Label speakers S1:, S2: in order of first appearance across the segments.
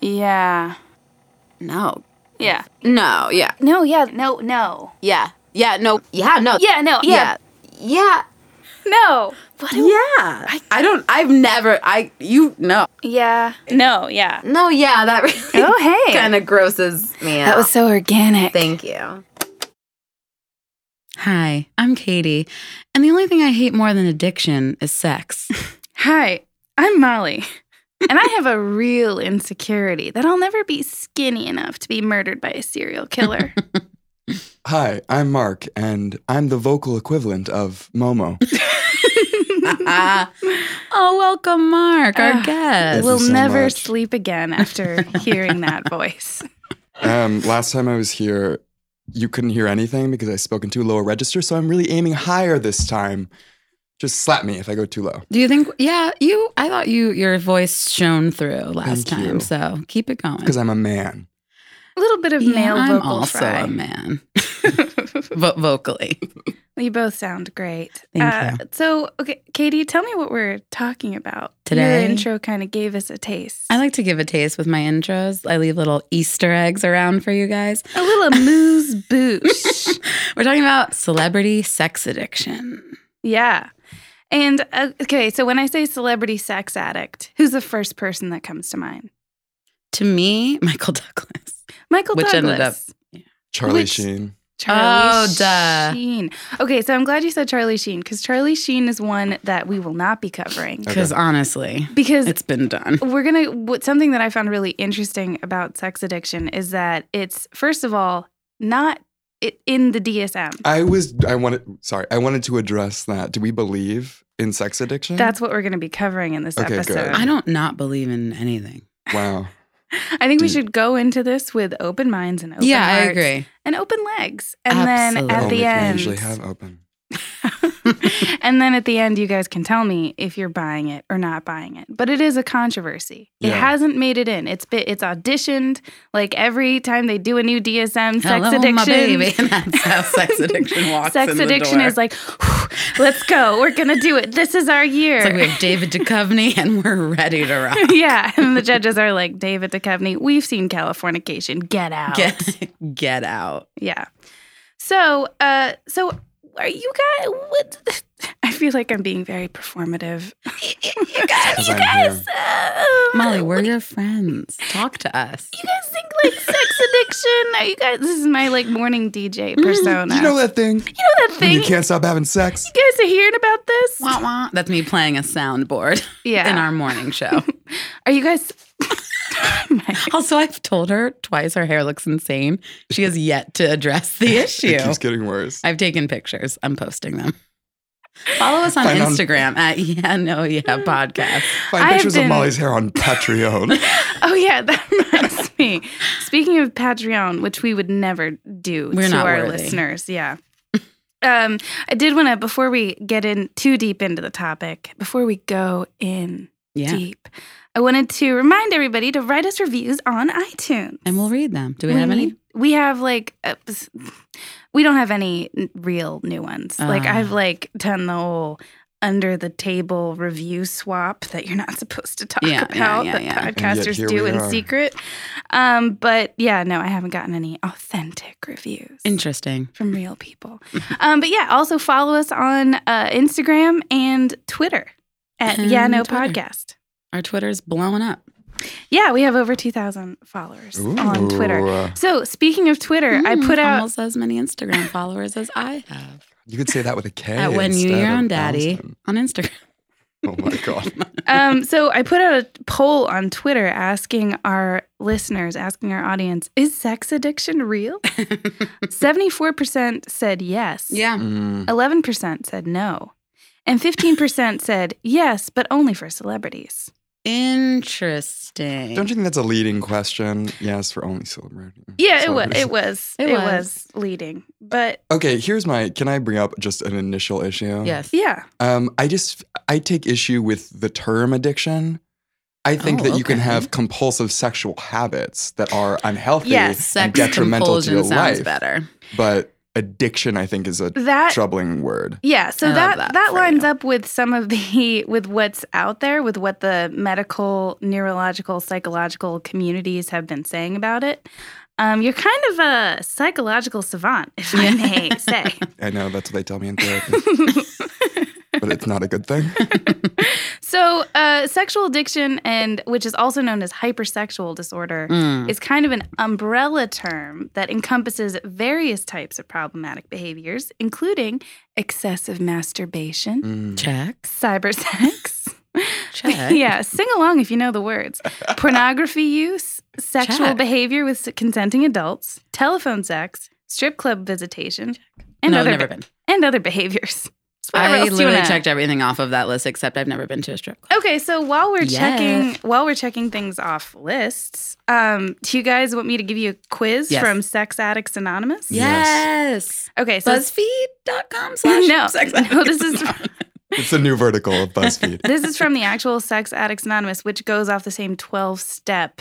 S1: Yeah.
S2: No.
S1: Yeah.
S2: No, yeah.
S1: No, yeah. No, no.
S2: Yeah. Yeah, no. Yeah, no.
S1: Yeah, no. Yeah.
S2: Yeah. Yeah.
S1: No. What do-
S2: Yeah. I, I don't I've never I you no.
S1: yeah. No, yeah.
S2: No, yeah, that really
S1: Oh, hey.
S2: kind of grosses me out.
S1: That was so organic.
S2: Thank you. Hi, I'm Katie, and the only thing I hate more than addiction is sex.
S1: Hi, I'm Molly. and I have a real insecurity that I'll never be skinny enough to be murdered by a serial killer.
S3: Hi, I'm Mark, and I'm the vocal equivalent of Momo.
S2: oh, welcome, Mark, our
S1: Ah,
S2: guest.
S1: we'll
S3: you so
S1: never
S3: much.
S1: sleep again after hearing that voice.
S3: Um, last time I was here, you couldn't hear anything because I spoke in too low a register, so I'm really aiming higher this time. Just slap me if I go too low.
S2: Do you think? Yeah, you. I thought you your voice shone through last
S3: Thank
S2: time,
S3: you.
S2: so keep it going.
S3: Because I'm a man.
S1: A little bit of
S2: Yeah,
S1: male
S2: I'm
S1: vocal
S2: also
S1: fry.
S2: a man, vo- vocally.
S1: you both sound great.
S2: Thank
S1: you. So, okay, Katie, tell me what we're talking about
S2: Today?
S1: Your intro kind of gave us a taste.
S2: I like to give a taste with my intros. I leave little Easter eggs around for you guys.
S1: a little moose boosh.
S2: We're talking about celebrity sex addiction.
S1: Yeah. And uh, okay, so when I say celebrity sex addict, who's the first person that comes to mind?
S2: To me, Michael Douglas.
S1: Michael
S2: Which
S1: Douglas.
S2: ended up-
S3: Charlie
S1: Which-
S3: Sheen.
S1: Charlie
S2: Oh, duh.
S1: Sheen. Okay, so I'm glad you said Charlie Sheen because Charlie Sheen is one that we will not be covering
S3: Okay.
S2: Because honestly,
S1: because
S2: it's been done.
S1: we're gonna what something that I found really interesting about sex addiction is that it's first of all not it, in the DSM.
S3: I was, I wanted, sorry, I wanted to address that. Do we believe in sex addiction?
S1: That's what we're gonna be covering in this
S3: Okay, good.
S1: episode.
S2: I don't not believe in anything.
S3: Wow.
S1: I think we
S3: Mm.
S1: should go into this with open minds and open hearts and open legs, and then at
S3: Only
S1: the
S3: thing I
S1: end,
S3: Oh, usually have open.
S1: and then at the end, you guys can tell me if you're buying it or not buying it. But it is a controversy. It
S3: Yeah.
S1: hasn't made it in. It's been, it's auditioned. Like every time they do a new DSM, sex
S2: Hello,
S1: addiction.
S2: my baby. That's how sex addiction walks.
S1: Sex
S2: in the
S1: addiction
S2: door.
S1: is like, "Whew, let's go. We're gonna do it. This is our year.
S2: It's like we have David Duchovny and we're ready to rock.
S1: yeah, and the judges are like David Duchovny. We've seen Californication. Get out.
S2: Get get out.
S1: Yeah. So, uh, so are you guys? What? I feel like I'm being very performative. you guys,
S3: As
S1: you
S3: I'm
S1: guys, uh,
S2: Molly,
S1: what
S2: we're
S1: do
S2: your friends. Talk to us.
S1: you guys think like sex addiction? Are you guys? This is my like morning DJ persona.
S3: You know that thing?
S1: Mm, You know that
S3: when
S1: thing?
S3: You can't stop having sex?
S1: You guys are hearing about this?
S2: Wah, wah. That's me playing a soundboard
S1: yeah.
S2: in our morning show.
S1: are you guys? My-
S2: also, I've told her twice her hair looks insane. She has yet to address the issue.
S3: It keeps getting worse.
S2: I've taken pictures. I'm posting them. Follow us on
S3: Find on-
S2: Instagram at Yeah No Yeah Podcast.
S3: Find
S1: I have
S3: pictures
S1: been-
S3: of Molly's hair on Patreon.
S1: oh yeah, that reminds me. Speaking of Patreon, which we would never do
S2: We're
S1: to
S2: not
S1: our
S2: worthy.
S1: listeners, yeah. Um, I did want to before we get in too deep into the topic, before we go in
S2: Yeah.
S1: deep, I wanted to remind everybody to write us reviews on iTunes.
S2: And we'll read them. Do we, have any?
S1: need- We have like, uh, s- we don't have any n- real new ones. like
S2: Ah.
S1: I've like done the whole under the table review swap that you're not supposed to talk
S2: Yeah, yeah,
S1: about
S2: yeah,
S1: that
S2: yeah. And
S3: yet
S1: podcasters
S3: here
S1: do
S3: we
S1: in
S3: are.
S1: secret. Um, but yeah, no, I haven't gotten any authentic reviews
S2: Interesting.
S1: from real people.
S2: mm-hmm.
S1: um, but yeah, also follow us on uh, Instagram and Twitter at
S2: And
S1: Yeah No
S2: Twitter.
S1: Podcast.
S2: Our Twitter's blowing up.
S1: Yeah, we have over 2,000 followers on Twitter.
S3: Ooh.
S1: So speaking of Twitter, I
S2: Mm,
S1: put out
S2: almost as many Instagram followers as I have
S3: You could say that with a K.
S2: At When You
S3: instead
S2: Your
S3: of
S2: Own Daddy.
S3: Allison.
S2: on Instagram.
S3: Oh my god.
S1: um, so I put out a poll on Twitter asking our listeners, asking our audience, is sex addiction real? 74% said yes.
S2: yeah.
S3: Mm.
S1: 11% said no. And 15% said yes, but only for celebrities.
S2: Interesting.
S3: Mm. Don't you think that's a leading question? Yes, for only celebrity.
S1: Yeah, it was.
S3: celebrities.
S1: It was. It,
S2: It
S1: was.
S2: was.
S1: leading. But
S3: Okay, here's my. Can I bring up just an initial issue?
S2: Yes.
S1: yeah,
S3: Um, I just I take issue with the term addiction. I think
S2: Oh,
S3: that you can
S2: okay.
S3: have compulsive sexual habits that are unhealthy
S1: Yes,
S3: and
S2: Sex
S3: detrimental to
S2: compulsion
S3: your
S2: sounds
S3: life.
S2: better.
S3: But addiction, I think, is a
S1: That
S3: troubling word.
S1: Yeah, so
S2: I love
S1: that that,
S2: that for
S1: lines
S2: you.
S1: up with some of the with what's out there with what the medical, neurological, psychological communities have been saying about it. Um, you're kind of a psychological savant, if I
S2: Yeah.
S1: may say.
S3: I know that's what they tell me in therapy, but it's not a good thing.
S1: so, uh, sexual addiction, and which is also known as hypersexual disorder,
S2: Mm.
S1: is kind of an umbrella term that encompasses various types of problematic behaviors, including excessive masturbation,
S3: Mm.
S2: Check.
S1: cyber sex.
S2: Check.
S1: yeah, sing along if you know the words. Pornography use, sexual
S2: Check.
S1: behavior with s- consenting adults, telephone sex, strip club visitation, and
S2: no, I've
S1: other
S2: never been.
S1: and other behaviors. So whatever
S2: I
S1: else you
S2: literally
S1: wanna-
S2: checked everything off of that list except I've never been to a strip club.
S1: Okay, so while we're
S2: Yeah.
S1: checking while we're checking things off lists, um, do you guys want me to give you a quiz
S2: Yes.
S1: from Sex Addicts Anonymous?
S2: Yes.
S1: Okay, so
S2: BuzzFeed.com slash
S1: No,
S2: sex
S1: no,
S2: addicts
S1: this is-
S2: anonymous.
S3: It's a new vertical of BuzzFeed.
S1: this is from the actual Sex Addicts Anonymous, which goes off the same 12 step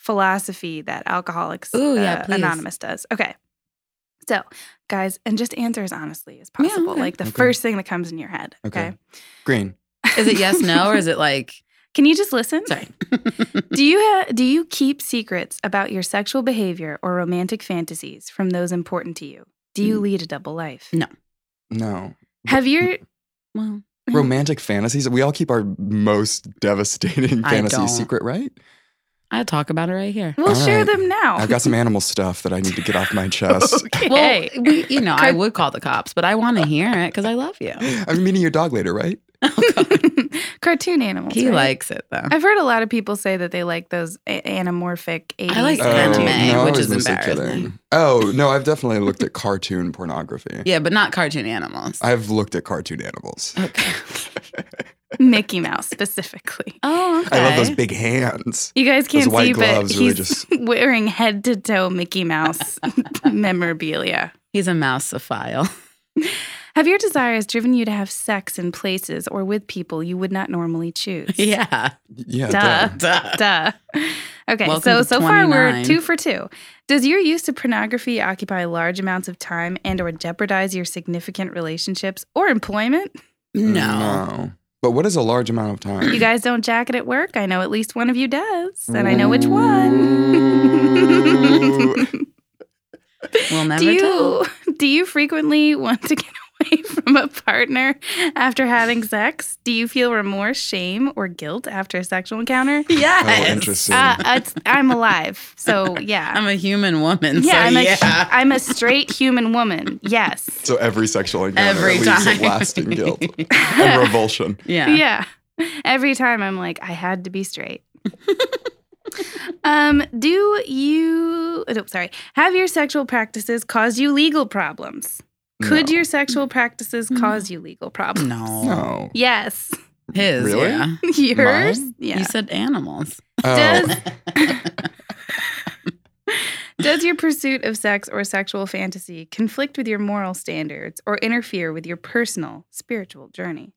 S1: philosophy that Alcoholics
S2: Ooh, yeah,
S1: uh,
S2: please.
S1: Anonymous does. Okay. So, guys, and just answer as honestly as possible,
S2: okay.
S1: like the
S3: Okay.
S1: first thing that comes in your head. Okay.
S3: Okay. Green.
S2: Is it yes, no, or is it like,
S1: Can you just listen?
S2: sorry.
S1: Do you ha- do you keep secrets about your sexual behavior or romantic fantasies from those important to you? Do you
S2: Mm.
S1: lead a double life?
S2: No.
S3: No.
S1: Have your
S2: Well,
S3: Romantic fantasies. We all keep our most devastating
S2: I
S3: fantasy
S2: don't.
S3: secret, right?
S2: I'll talk about it right here.
S1: We'll
S3: All
S1: share
S3: right.
S1: them now.
S3: I've got some animal stuff that I need to get off my chest.
S1: Okay.
S2: Well, we, you know, I would call the cops, but I want to hear it because I love you.
S3: I'm meeting your dog later, right?
S1: cartoon animals.
S2: He
S1: right?
S2: likes it though.
S1: I've heard a lot of people say that they like those a- anamorphic 80s.
S2: I
S3: Oh,
S2: like
S1: cartoons.
S2: anime.
S3: I
S2: which
S3: was
S2: is
S3: mostly
S2: embarrassing.
S3: Oh, no, I've definitely looked at cartoon pornography.
S2: Yeah, but not cartoon animals.
S3: I've looked at cartoon animals.
S2: okay.
S1: Mickey Mouse specifically.
S2: Oh, okay.
S3: I love those big hands.
S1: You guys
S3: Those
S1: can't
S3: white
S1: see, but
S3: gloves
S1: he's
S3: really just-
S1: wearing head to toe Mickey Mouse memorabilia.
S2: He's a mouseophile.
S1: Have your desires driven you to have sex in places or with people you would not normally choose?
S2: yeah.
S3: Yeah.
S1: Duh.
S2: Duh.
S1: Duh. Okay,
S2: Welcome
S1: so
S2: to
S1: so far we're
S2: 29.
S1: two for two. Does your use of pornography occupy large amounts of time and or jeopardize your significant relationships or employment?
S2: No.
S3: No. But what is a large amount of time?
S1: You guys don't jack it at work. I know at least one of you does, and I know
S2: Mm.
S1: which one.
S3: Ooh.
S2: We'll never
S1: do
S2: tell.
S1: you do you frequently want to get away from a partner after having sex? Do you feel remorse, shame, or guilt after a sexual encounter?
S3: Oh,
S2: Yes.
S3: interesting.
S1: Uh, it's, I'm alive, so yeah.
S2: I'm a human woman.
S1: yeah,
S2: so
S1: I'm a,
S2: yeah.
S1: am a straight human woman. Yes.
S3: so every sexual encounter
S2: Every
S3: leaves a
S2: time.
S3: lasting guilt and revulsion.
S2: yeah.
S1: yeah. Every time I'm like, I had to be straight. um, do you? Oh, sorry. Have your sexual practices caused you legal problems? Could
S3: No.
S1: your sexual practices
S2: No.
S1: cause you legal problems?
S2: No.
S3: No.
S1: Yes.
S2: His.
S3: Really?
S2: Yeah.
S1: Yours?
S3: Mine?
S1: Yeah.
S2: You said animals.
S1: Does-
S3: Oh,
S1: Does your pursuit of sex or sexual fantasy conflict with your moral standards or interfere with your personal spiritual journey?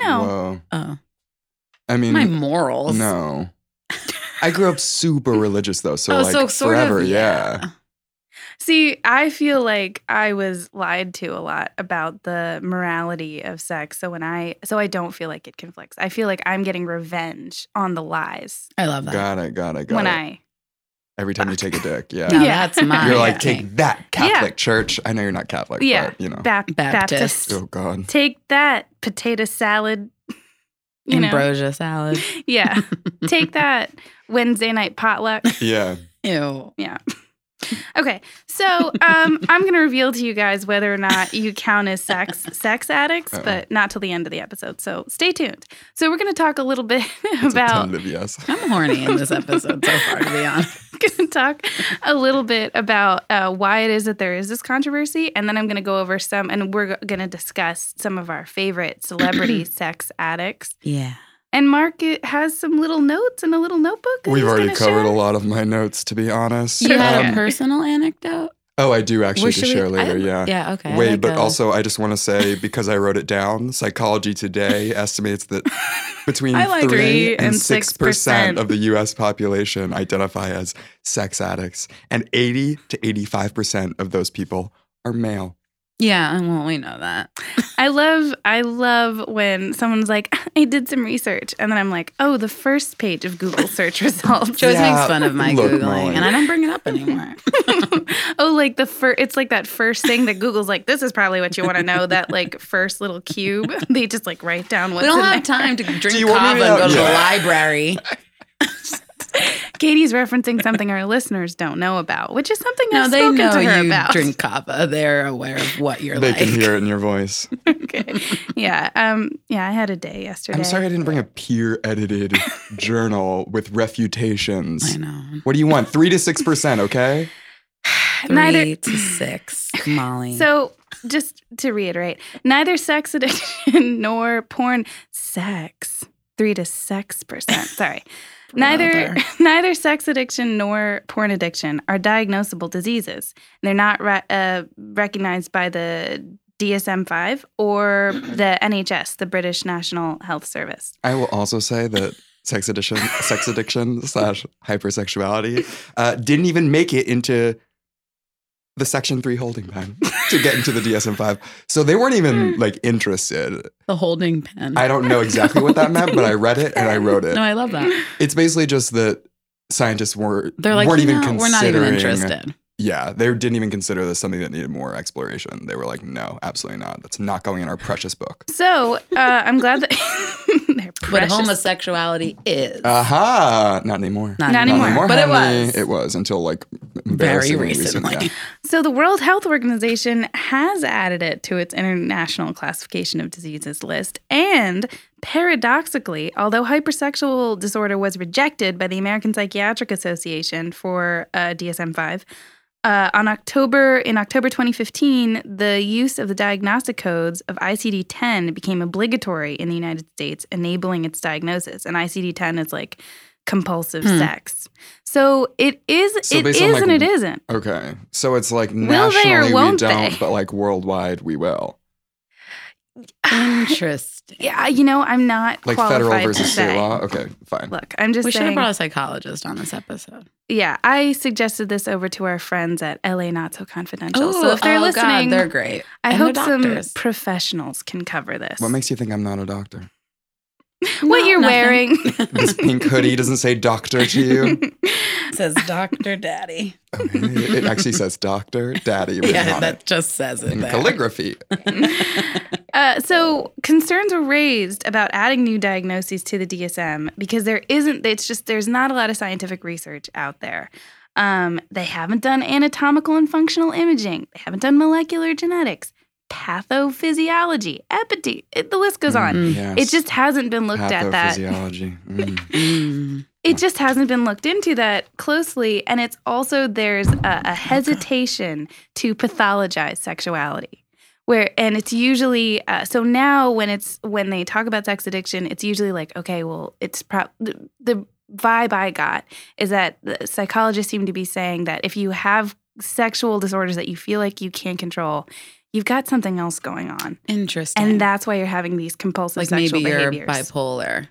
S1: No.
S3: whoa.
S2: Oh,
S3: I mean,
S2: my morals.
S3: no. I grew up super religious though, so
S2: oh,
S3: like
S2: so sort
S3: forever,
S2: of.
S3: yeah.
S1: See, I feel like I was lied to a lot about the morality of sex. So when I so I don't feel like it conflicts. I feel like I'm getting revenge on the lies
S2: I love that.
S3: Got it, got it, got
S1: when
S3: it.
S1: I
S3: Every time you take a dick, yeah.
S2: Now
S1: Yeah.
S2: that's mine.
S3: You're
S1: Yeah.
S3: like, take that Catholic church. I know you're not Catholic,
S1: Yeah.
S3: but you know.
S1: Bap- Baptist.
S2: Baptist.
S3: Oh God.
S1: Take that potato salad. You know.
S2: ambrosia salad.
S1: Yeah. Take that Wednesday night potluck.
S3: Yeah.
S2: Ew.
S1: Okay, so um, I'm going to reveal to you guys whether or not you count as sex sex addicts,
S3: Uh-oh.
S1: but not till the end of the episode. So stay tuned. So we're going to talk a little bit
S3: It's a
S1: about
S3: tentative yes.
S2: I'm horny in this episode so far, to be honest.
S1: going to talk a little bit about uh, why it is that there is this controversy, and then I'm going to go over some, and we're going to discuss some of our favorite celebrity sex addicts.
S2: Yeah.
S1: And Mark uh, has some little notes and a little notebook. that
S3: We've
S1: he's
S3: already
S1: gonna share.
S3: covered a lot of my notes, to be honest.
S2: You had
S1: Okay.
S2: a
S3: Um,
S2: personal anecdote?
S3: oh, I do actually
S2: Or
S3: to
S2: should we-
S3: share
S2: I-
S3: later. yeah.
S2: Yeah, okay. I
S3: uh, Wait,
S2: like
S3: but
S2: a-
S3: also I just want to say because I wrote it down, Psychology Today estimates that between
S1: I like three
S3: three and
S1: and
S3: six
S1: 6%.
S3: percent of the U.S. population identify as sex addicts, and eighty to eighty-five percent of those people are male.
S2: Yeah, well, we know that.
S1: I love I love when someone's like, I did some research, and then I'm like, oh, the first page of Google search results.
S2: Joyce
S3: Yeah,
S2: makes fun of my
S3: look,
S2: Googling,
S3: Molly.
S2: and I don't bring it up anymore.
S1: oh, like the first, it's like that first thing that Google's like, this is probably what you want to know. That like first little cube, they just like write down what's
S2: we don't
S1: in
S2: have
S1: there.
S2: time to drink
S3: you
S2: kava
S3: want
S2: and
S3: me to-
S2: go to the
S3: Yeah.
S2: library.
S1: Katie's referencing something our listeners don't know about, which is something
S2: No,
S1: I've
S2: they
S1: spoken
S2: know
S1: to her
S2: you
S1: about.
S2: drink kava. They're aware of what you're
S3: They
S2: like.
S3: can hear it in your voice.
S1: okay. Yeah. Um. Yeah. I had a day yesterday.
S3: I'm sorry I didn't bring a peer edited journal with
S2: I
S3: refutations.
S2: know.
S3: What do you want? Three to six percent, okay?
S2: Three
S1: Neither.
S2: to six, Molly.
S1: So just to reiterate, neither sex addiction nor porn sex three to six percent. Sorry. Neither
S2: Brother.
S1: neither sex addiction nor porn addiction are diagnosable diseases. They're not re- uh, recognized by the DSM five or the NHS, the British National Health Service.
S3: I will also say that sex addiction, sex addiction slash hypersexuality uh, didn't even make it into the Section Three holding pen to get into the DSM-5. So they weren't
S2: Hmm.
S3: even like interested.
S2: the holding pen.
S3: I don't know exactly what that meant, but I read it and I wrote it.
S2: no, I love that.
S3: It's basically just that scientists were
S2: They're like,
S3: weren't
S2: "No,
S3: even considering.
S2: we're not even interested.
S3: Yeah, they didn't even consider this something that needed more exploration. They were like, no, absolutely not. That's not going in our precious book.
S1: So uh, I'm glad that they're
S2: But
S1: precious.
S2: homosexuality is
S3: Uh, Aha! Not anymore.
S1: Not anymore.
S2: But it
S3: honey.
S2: was.
S3: It was until like
S2: very
S3: embarrassingly recent,
S2: recently.
S3: yeah.
S1: So the World Health Organization has added it to its international classification of diseases list. And paradoxically, although hypersexual disorder was rejected by the American Psychiatric Association for uh, DSM-5, uh, on October in October 2015, the use of the diagnostic codes of ICD-10 became obligatory in the United States, enabling its diagnosis. And ICD-10 is like compulsive
S2: Hmm.
S1: sex. So it is
S3: So
S1: it
S3: based
S1: is
S3: on, like,
S1: and it isn't.
S3: Okay, so it's like
S1: Will they or
S3: nationally we
S1: won't
S3: don't,
S1: they?
S3: but like worldwide we will. Mm,
S2: Interesting.
S1: Yeah, you know, I'm not
S3: Like
S1: qualified
S3: federal
S1: to
S3: versus
S1: say.
S3: state law. Okay, fine.
S1: Look, I'm just
S2: We should have
S1: saying.
S2: brought a psychologist on this episode.
S1: yeah, I suggested this over to our friends at LA Not So Confidential.
S2: Ooh,
S1: so if they're
S2: oh
S1: listening,
S2: God, they're great.
S1: I
S2: and
S1: hope
S2: they're
S1: some
S2: doctors.
S1: professionals can cover this.
S3: What makes you think I'm not a doctor?
S1: what
S2: No,
S1: you're
S2: nothing.
S1: wearing?
S3: This pink hoodie doesn't say doctor to you.
S2: It says Doctor Daddy.
S3: Okay, It actually says doctor, daddy. written
S2: yeah,
S3: on it.
S2: that just says it.
S3: in
S2: there.
S3: calligraphy.
S1: Uh, so concerns were raised about adding new diagnoses to the DSM because there isn't. It's just there's not a lot of scientific research out there. Um, they haven't done anatomical and functional imaging. They haven't done molecular genetics, pathophysiology, epity. It, the list goes on.
S2: Mm.
S3: Yes.
S1: It just hasn't been looked at that
S3: Mm-hmm. Pathophysiology. Mm.
S2: Mm.
S1: it just hasn't been looked into that closely and it's also there's a, a hesitation to pathologize sexuality where and it's usually uh, so now when it's when they talk about sex addiction it's usually like okay well it's pro- the, the vibe i got is that the psychologists seem to be saying that if you have sexual disorders that you feel like you can't control you've got something else going on
S2: Interesting.
S1: and that's why you're having these compulsive
S2: like maybe
S1: sexual
S2: you're
S1: behaviors
S2: bipolar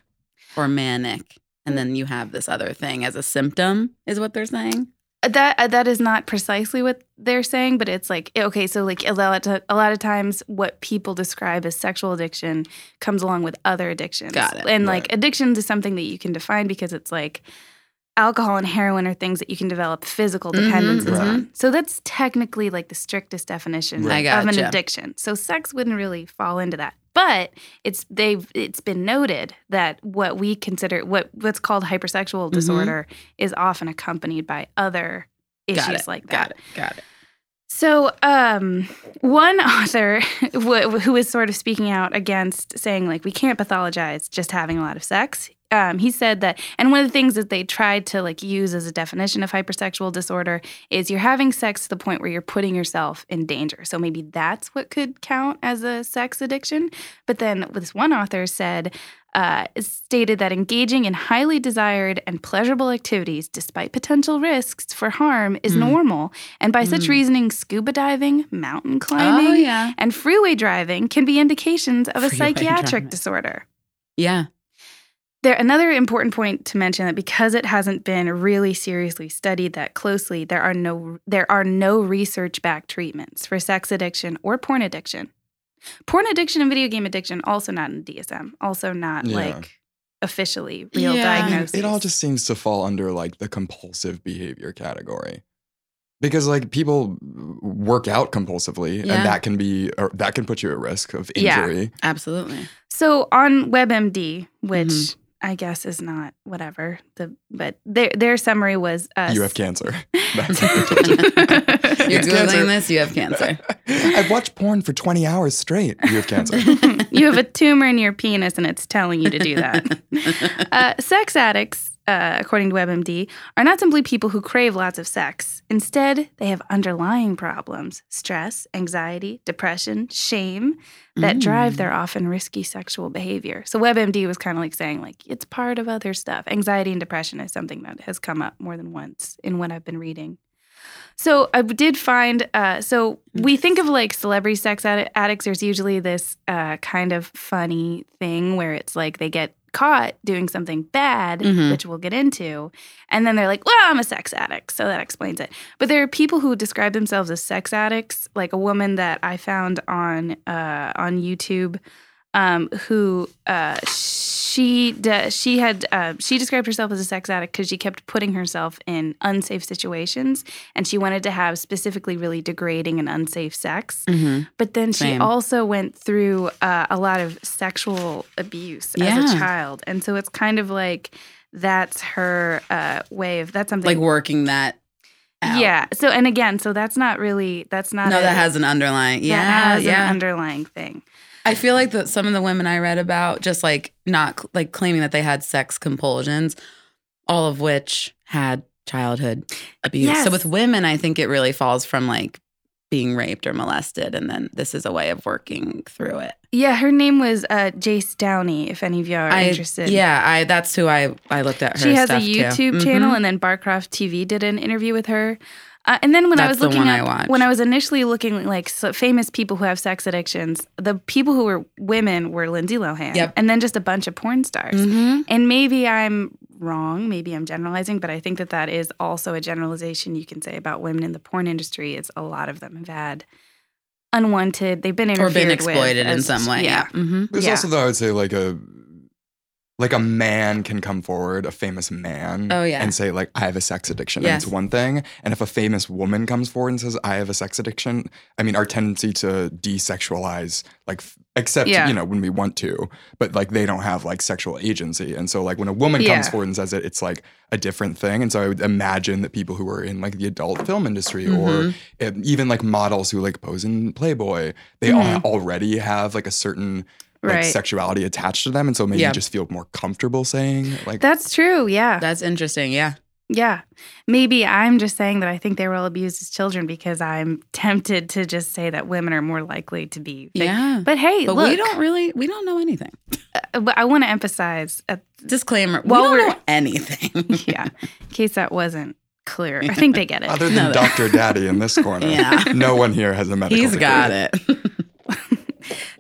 S2: or manic, and then you have this other thing as a symptom, is what they're saying.
S1: that uh, that is not precisely what they're saying but it's like eh, okay so like a lot of, a lot of times what people describe as sexual addiction comes along with other addictions
S2: Got it.
S1: and like
S3: Right.
S1: addictions is something that you can define because it's like alcohol and heroin are things that you can develop physical
S2: Mhm,
S1: dependencies
S3: Right.
S1: on Mm-hmm. so that's technically like the strictest definition
S2: I
S1: of an
S2: gotcha.
S1: addiction so sex wouldn't really fall into that but it's they've it's been noted that what we consider what what's called hypersexual
S2: Mhm.
S1: disorder is often accompanied by other issues
S2: Got it,
S1: like that.
S2: Mm-hmm. Got it. Got it.
S1: So, um, one author wh- who is sort of speaking out against saying, like, we can't pathologize just having a lot of sex. Um, he said that, and one of the things that they tried to like use as a definition of hypersexual disorder is you're having sex to the point where you're putting yourself in danger. So maybe that's what could count as a sex addiction. But then this one author said, uh, stated that engaging in highly desired and pleasurable activities, despite potential risks for harm, is
S2: Mm.
S1: normal and by such
S2: Mm.
S1: reasoning, scuba diving, mountain climbing,
S2: oh yeah,
S1: and freeway driving can be indications of a
S2: Freeway
S1: psychiatric
S2: driving.
S1: disorder.
S2: yeah.
S1: There, another important point to mention that because it hasn't been really seriously studied that closely, there are no there are no research-backed treatments for sex addiction or porn addiction. Porn addiction and video game addiction also not in DSM, also not
S3: Yeah.
S1: like officially real
S2: Yeah. I mean, it
S1: diagnosis.
S3: It all just seems to fall under like the compulsive behavior category. Because like people work out compulsively
S2: Yeah.
S3: and that can be or that can put you at risk of
S1: Yeah.
S3: injury.
S2: Absolutely.
S1: So on WebMD, which
S2: Mhm.
S1: I guess is not whatever the but their their summary was uh,
S3: You have cancer.
S2: You're
S3: It's
S2: googling
S3: cancer.
S2: this. You have cancer.
S3: I've watched porn for 20 hours straight. You have cancer.
S1: you have a tumor in your penis and it's telling you to do that. Uh, sex addicts, uh, according to WebMD, are not simply people who crave lots of sex. Instead, they have underlying problems stress, anxiety, depression, shame that
S2: Mm.
S1: drive their often risky sexual behavior. So WebMD was kind of like saying, like, it's part of other stuff. Anxiety and depression is something that has come up more than once in what I've been reading. So I did find. Uh, so we think of like celebrity sex addi- addicts. There's usually this uh, kind of funny thing where it's like they get caught doing something bad,
S2: Mhm.
S1: which we'll get into, and then they're like, "Well, I'm a sex addict," so that explains it. But there are people who describe themselves as sex addicts, like a woman that I found on uh, on YouTube, um, who uh, she de- she had uh, she described herself as a sex addict because she kept putting herself in unsafe situations, and she wanted to have specifically really degrading and unsafe sex.
S2: Mhm.
S1: But then she
S2: Same.
S1: also went through uh, a lot of sexual abuse as
S2: Yeah.
S1: a child, and so it's kind of like. That's her uh, way of. That's something
S2: Like working that. Out.
S1: yeah. So and again, so that's not really that's not
S2: No,
S1: a-
S2: that has an underlying.
S1: that
S2: Yeah,
S1: has
S2: yeah.
S1: an underlying thing.
S2: I feel like that some of the women I read about just like not cl- like claiming that they had sex compulsions, all of which had childhood abuse.
S1: Yes.
S2: So with women, I think it really falls from like being raped or molested, and then this is a way of working through it.
S1: Yeah, her name was uh, Jace Downey. If any of you are
S2: I,
S1: interested,
S2: Yeah, I that's who I I looked at. Her
S1: she has a
S2: stuff, too.
S1: YouTube
S2: Mhm.
S1: channel, and then Barcroft TV did an interview with her. Uh, and then when I was
S2: That's the
S1: looking
S2: one I
S1: up,
S2: watched.
S1: when I was initially looking like so famous people who have sex addictions, the people who were women were Lindsay Lohan,
S2: Yep.
S1: and then just a bunch of porn stars.
S2: Mhm.
S1: And maybe I'm wrong, maybe I'm generalizing, but I think that that is also a generalization you can say about women in the porn industry is a lot of them have had unwanted, they've been
S2: or
S1: interfered
S2: been
S1: with
S2: exploited in
S1: as-
S2: some way. Yeah. Mhm.
S3: There's
S1: Yeah. Mm-hmm.
S3: also though I would say like a like a man can come forward, a famous man,
S2: Oh, yeah.
S3: and say like I have a sex addiction.
S2: Yes.
S3: And it's one thing, and if a famous woman comes forward and says I have a sex addiction, I mean our tendency to desexualize, like f- except
S1: Yeah.
S3: you know when we want to, but like they don't have like sexual agency, and so like when a woman comes
S1: Yeah.
S3: forward and says it, it's like a different thing. And so I would imagine that people who are in like the adult film industry or
S2: Mhm.
S3: um, even like models who like pose in Playboy, they all
S1: Mhm.
S3: already have like a certain like
S1: Right.
S3: sexuality attached to them, and so maybe
S2: Yeah.
S3: you just feel more comfortable saying like
S1: That's true. Yeah.
S2: That's interesting. Yeah.
S1: Yeah. Maybe I'm just saying that I think they were all abused as children because I'm tempted to just say that women are more likely to be. vic-
S2: Yeah.
S1: But hey,
S2: But
S1: look,
S2: we don't really we don't know anything.
S1: uh, but I want to emphasize at
S2: Disclaimer.
S1: While
S2: we
S1: we're-
S2: don't know anything.
S1: yeah, in case that wasn't clear. I think they get it.
S3: other
S2: No,
S3: than
S2: that-
S3: Doctor Daddy in this corner.
S2: Yeah.
S3: No one here has a medical.
S2: He's got
S3: degree.
S2: it.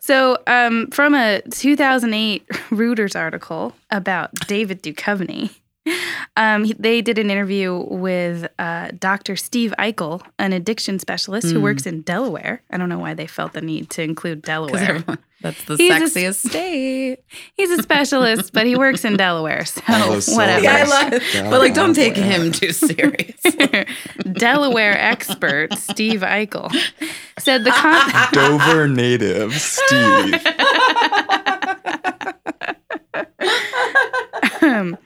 S1: So, um, from a 2008 Reuters article about David Duchovny, um, he- they did an interview with uh, Dr. Steve Eichel, an addiction specialist who
S2: Mm.
S1: works in Delaware. I don't know why they felt the need to include
S2: Because
S1: Delaware.
S2: everyone, that's the
S1: He's a s-
S2: sexiest state.
S1: He's a specialist, but he works in Delaware, so
S3: All those
S1: whatever.
S3: syllables.
S2: Yeah, I love it. But like, don't take him too serious.
S1: Delaware expert Steve Eichel said the con-
S3: Dover native Steve.
S1: Um,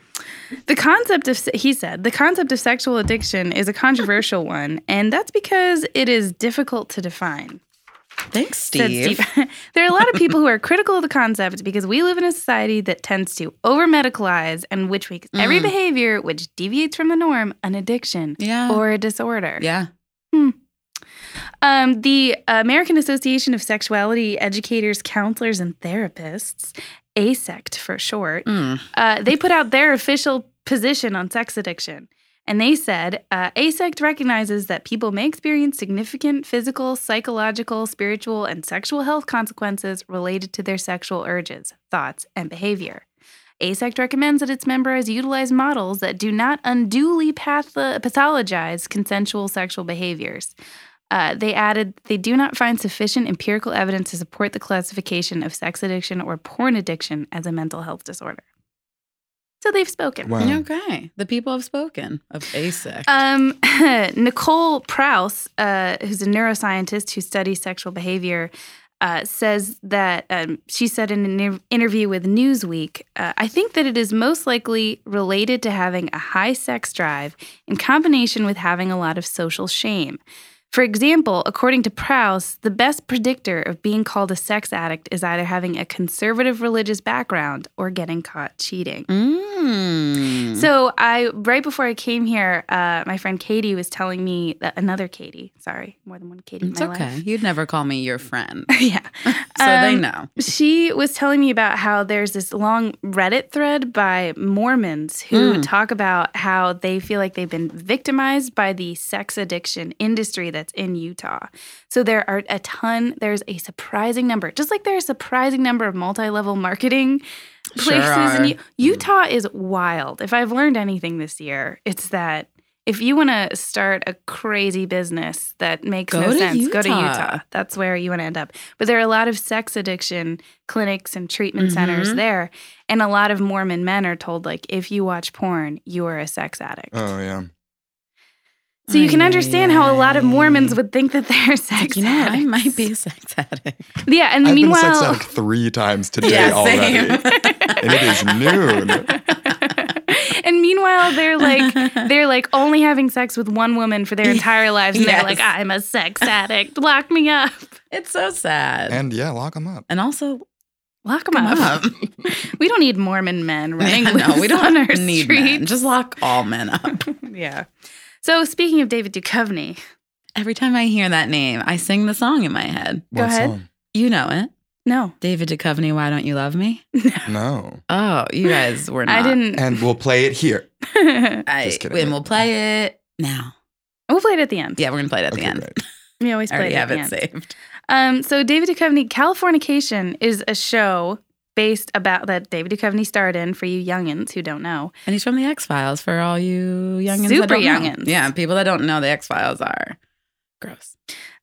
S1: the concept of he said the concept of sexual addiction is a controversial one, and that's because it is difficult to define.
S2: Thanks,
S1: said
S2: Steve.
S1: Steve. there are a lot of people who are critical of the concept because we live in a society that tends to over medicalize and which makes every
S2: Mm.
S1: behavior which deviates from the norm an addiction
S2: Yeah.
S1: or a disorder.
S2: yeah.
S1: Um, the American Association of Sexuality Educators, Counselors, and Therapists, ASECT for short,
S2: Mm.
S1: uh, they put out their official position on sex addiction. And they said uh, ASECT recognizes that people may experience significant physical, psychological, spiritual, and sexual health consequences related to their sexual urges, thoughts, and behavior. ASECT recommends that its members utilize models that do not unduly path- pathologize consensual sexual behaviors. Uh, they added they do not find sufficient empirical evidence to support the classification of sex addiction or porn addiction as a mental health disorder. So they've spoken.
S3: Wow.
S2: Okay. The people have spoken of ASIC.
S1: Um, Nicole Prouse, uh, who's a neuroscientist who studies sexual behavior, uh, says that um, she said in an inter- interview with Newsweek, uh, I think that it is most likely related to having a high sex drive in combination with having a lot of social shame. For example, according to Prouse, the best predictor of being called a sex addict is either having a conservative religious background or getting caught cheating.
S2: Mm.
S1: So I right before I came here, uh, my friend Katie was telling me that another Katie, sorry, more than one Katie in
S2: it's
S1: my
S2: okay.
S1: life.
S2: You'd never call me your friend.
S1: yeah.
S2: So they
S1: Um,
S2: know.
S1: She was telling me about how there's this long Reddit thread by Mormons who
S2: Mm.
S1: talk about how they feel like they've been victimized by the sex addiction industry that's in Utah. So there are a ton, there's a surprising number, just like there's a surprising number of multi level marketing
S2: Sure
S1: places in
S2: are.
S1: U- Utah is wild. If I've learned anything this year, it's that if you want to start a crazy business that makes
S2: Go
S1: no
S2: to
S1: sense, go to
S2: Utah.
S1: Utah. That's where you want to end up. But there are a lot of sex addiction clinics and treatment centers
S2: Mhm.
S1: there, and a lot of Mormon men are told like if you watch porn, you are a sex addict.
S3: Oh yeah.
S1: so you can
S2: Ay,
S1: understand how a lot of
S2: ay, ay.
S1: Mormons would think that they're
S2: It's
S1: sex
S2: like, you Hmm. know,
S1: addicts.
S2: I might be a sex addict.
S1: Yeah, and
S3: I've
S1: meanwhile,
S3: been sex addict three times today
S2: Yeah,
S3: already.
S2: same.
S3: And it is noon.
S1: and meanwhile, they're like they're like only having sex with one woman for their entire lives, and
S2: Yes.
S1: they're like, "I'm a sex addict. Lock me up.
S2: it's so sad. And,
S3: And yeah, lock them up.
S2: also,
S1: Lock them
S2: come
S1: up.
S2: up.
S1: We don't need Mormon men running
S2: Yeah,
S1: loose
S2: no, we
S1: on
S2: don't
S1: our
S2: need men.
S1: streets.
S2: Just lock all men up.
S1: yeah. So speaking of David Duchovny,
S2: Every time I hear that name, I sing the song in my head.
S1: Go
S3: What
S1: ahead.
S3: song?
S2: You know it.
S1: no,
S2: David Duchovny, Why Don't You Love Me?
S3: No.
S2: Oh, you guys were not.
S1: I didn't.
S3: And we'll play it here.
S2: I,
S3: Just kidding.
S2: And we'll play it now.
S1: we'll play it at the end.
S2: Yeah, we're going to play it at
S3: okay,
S2: the end.
S3: great.
S1: We always
S2: I
S1: play
S2: already
S1: it at
S2: have
S1: the
S2: it
S1: end.
S2: saved.
S1: Um, so David Duchovny, Californication is a show based about that David Duchovny starred in. For you youngins who don't know,
S2: And he's from the X Files for all you youngins.
S1: Super
S2: that don't know.
S1: youngins.
S2: Yeah, people that don't know the X Files are gross.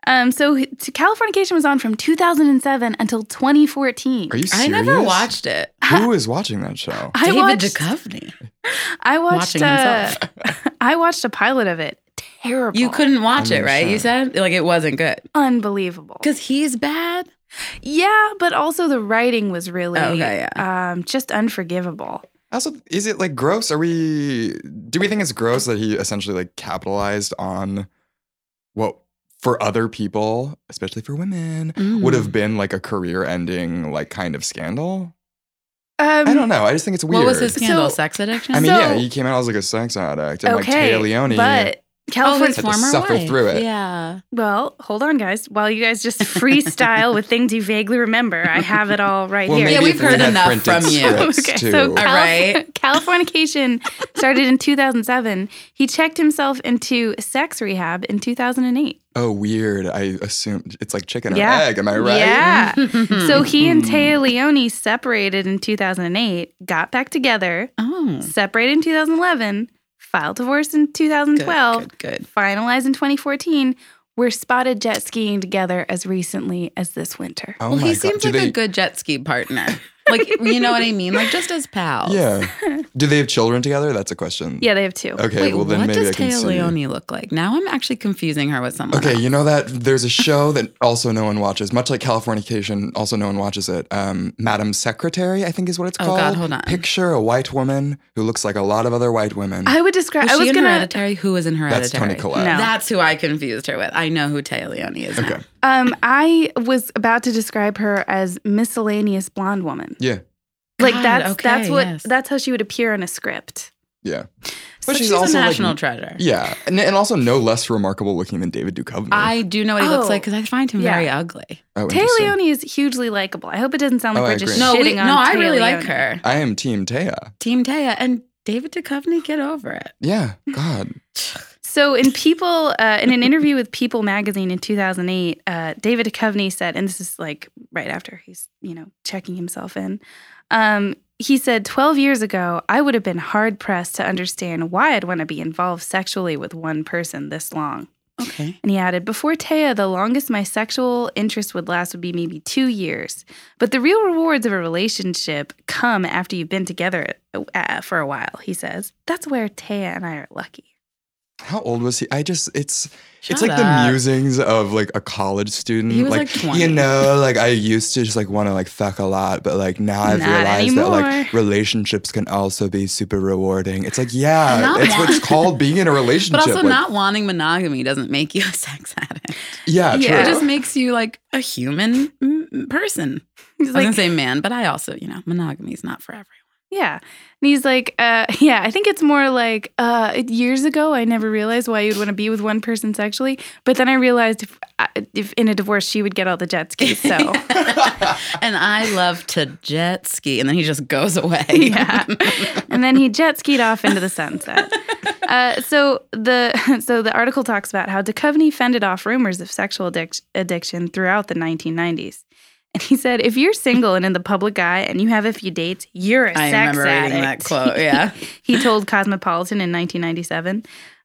S1: Um, so h- to Californication was on from 2007 until 2014.
S3: Are you serious?
S2: I never watched it.
S3: Who is watching that show?
S1: I
S2: David
S1: watched,
S2: Duchovny.
S1: I watched.
S2: watching
S1: Uh,
S2: himself.
S1: I watched a pilot of it. Terrible.
S2: You couldn't watch
S3: I'm
S2: it, right? You
S3: sure.
S2: said like it wasn't good
S1: Unbelievable.
S2: because he's bad.
S1: Yeah, but also the writing was really
S2: Okay,
S1: um, just unforgivable.
S3: Also, is it like gross? Are we do we think it's gross that he essentially like capitalized on what for other people, especially for women, would
S2: Hmm.
S3: have been like a career ending like kind of scandal?
S1: Um,
S3: I don't know. I just think it's weird.
S2: What was his scandal?
S1: So-
S2: Sex addiction.
S3: I mean, yeah,
S1: So-
S3: he came out as like a sex addict and like
S1: Okay,
S3: Tay Leone.
S1: but
S2: oh,
S1: California.
S2: his
S3: Had to
S2: former
S3: suffer
S2: wife.
S3: through it.
S2: Yeah.
S1: well, hold on, guys. While you guys just freestyle with things you vaguely remember, I have it all right
S3: well,
S1: here.
S3: maybe
S2: Yeah, we've
S3: if we
S2: heard
S3: had
S2: enough
S3: printed
S2: from you.
S3: scripts, too.
S1: so
S2: All right.
S1: Californication started in 2007. He checked himself into sex rehab in 2008.
S3: oh, weird. I assumed it's like chicken
S1: Yeah.
S3: or egg. Am I right?
S1: Yeah. so he and
S3: Mhm.
S1: Taya Leone separated in 2008, got back together,
S3: Mm-hmm. Hmm.
S2: oh,
S1: separated in 2011, filed divorce in
S2: good,
S1: 2012,
S2: good, good.
S1: finalized in 2014. Were spotted jet skiing together as recently as this winter.
S3: Oh
S2: well,
S3: my
S2: he
S3: God.
S2: seems
S3: Do
S2: like
S3: they,
S2: a good jet ski partner. Like you know what I mean? Like just as pals.
S3: Yeah. Do they have children together? That's a question.
S1: Yeah, they have two.
S3: Okay.
S2: Wait,
S3: well, then
S2: what
S3: maybe
S2: does
S3: I can
S2: Taya
S3: see.
S2: Leone look like? Now I'm actually confusing her with someone.
S3: Okay,
S2: else.
S3: you know that there's a show that also no one watches, much like Californication, also no one watches it. Um, Madam Secretary, I think is what it's
S2: Oh,
S3: called.
S2: God, hold on.
S3: Picture a white woman who looks like a lot of other white women.
S1: I would describe.
S2: Was
S1: I
S2: she
S1: was
S2: in
S1: gonna.
S2: Hereditary? Who was in Hereditary?
S3: That's Tony Collette.
S1: No.
S2: That's who I confused her with. I know who Taya Leone is. now.
S3: Okay.
S1: Um, I was about to describe her as miscellaneous blonde woman.
S3: Yeah.
S1: Like
S2: God,
S1: that's
S2: okay,
S1: that's what
S2: yes.
S1: that's how she would appear in a script.
S3: Yeah.
S2: But she's,
S3: also
S2: a
S3: like-
S2: national treasure.
S3: Yeah. And, and also no less remarkable looking than David Duchovny.
S2: I do know what he looks
S1: Oh,
S2: like because I find him
S1: yeah.
S2: very ugly.
S3: oh,
S1: Tay
S3: interesting.
S1: Leone is hugely likable. I hope it doesn't sound like
S3: Oh, I
S1: we're just
S3: agree.
S2: No,
S1: shitting
S2: we,
S1: on
S2: no, I
S1: Tay
S2: really
S1: Leone.
S2: like her.
S3: I am Team Taya.
S2: Team Taya and David Duchovny, get over it.
S3: Yeah. God.
S1: So in People, uh, in an interview with People magazine in 2008, uh, David Duchovny said, and this is like right after he's you know checking himself in. Um, he said 12 years ago, I would have been hard pressed to understand why I'd want to be involved sexually with one person this long.
S2: Okay.
S1: And he added, Before Taya, the longest my sexual interest would last would be maybe two years. But the real rewards of a relationship come after you've been together uh, for a while, he says. That's where Taya and I are lucky.
S3: How old was he? I just it's it's
S2: Shut
S3: like
S2: up.
S3: the musings of like a college student.
S2: He was, like, 20.
S3: you know, like I used to just like want to like fuck a lot, but like now I've
S1: Not
S3: realized that like
S1: anymore.
S3: relationships can also be super rewarding. It's like yeah,
S2: Not
S3: it's what's
S2: one.
S3: called being in a
S2: But
S3: relationship.
S2: also,
S3: like-
S2: not wanting monogamy doesn't make you a sex addict.
S3: yeah,
S1: Yeah.
S2: It
S3: true.
S2: just makes you like a human mm, person.
S1: He's
S2: I was
S1: like,
S2: gonna say man, but I also, you know, monogamy is not for everyone.
S1: Yeah. And he's like, uh, yeah, I think it's more like uh, it- years ago, I never realized why you'd want to be with one person sexually. But then I realized if, I- if in a divorce, she would get all the jet skis. So,
S2: and I love to jet ski, and then he just goes away.
S1: yeah. And then he jet skied off into the sunset. Uh, so the so the article talks about how Duchovny fended off rumors of sexual addic- addiction throughout the 1990s. And he said, if you're single and in the public eye and you have a few dates, you're a
S2: I
S1: sex
S2: remember
S1: addict.
S2: reading that quote. Yeah.
S1: he told Cosmopolitan in 1997.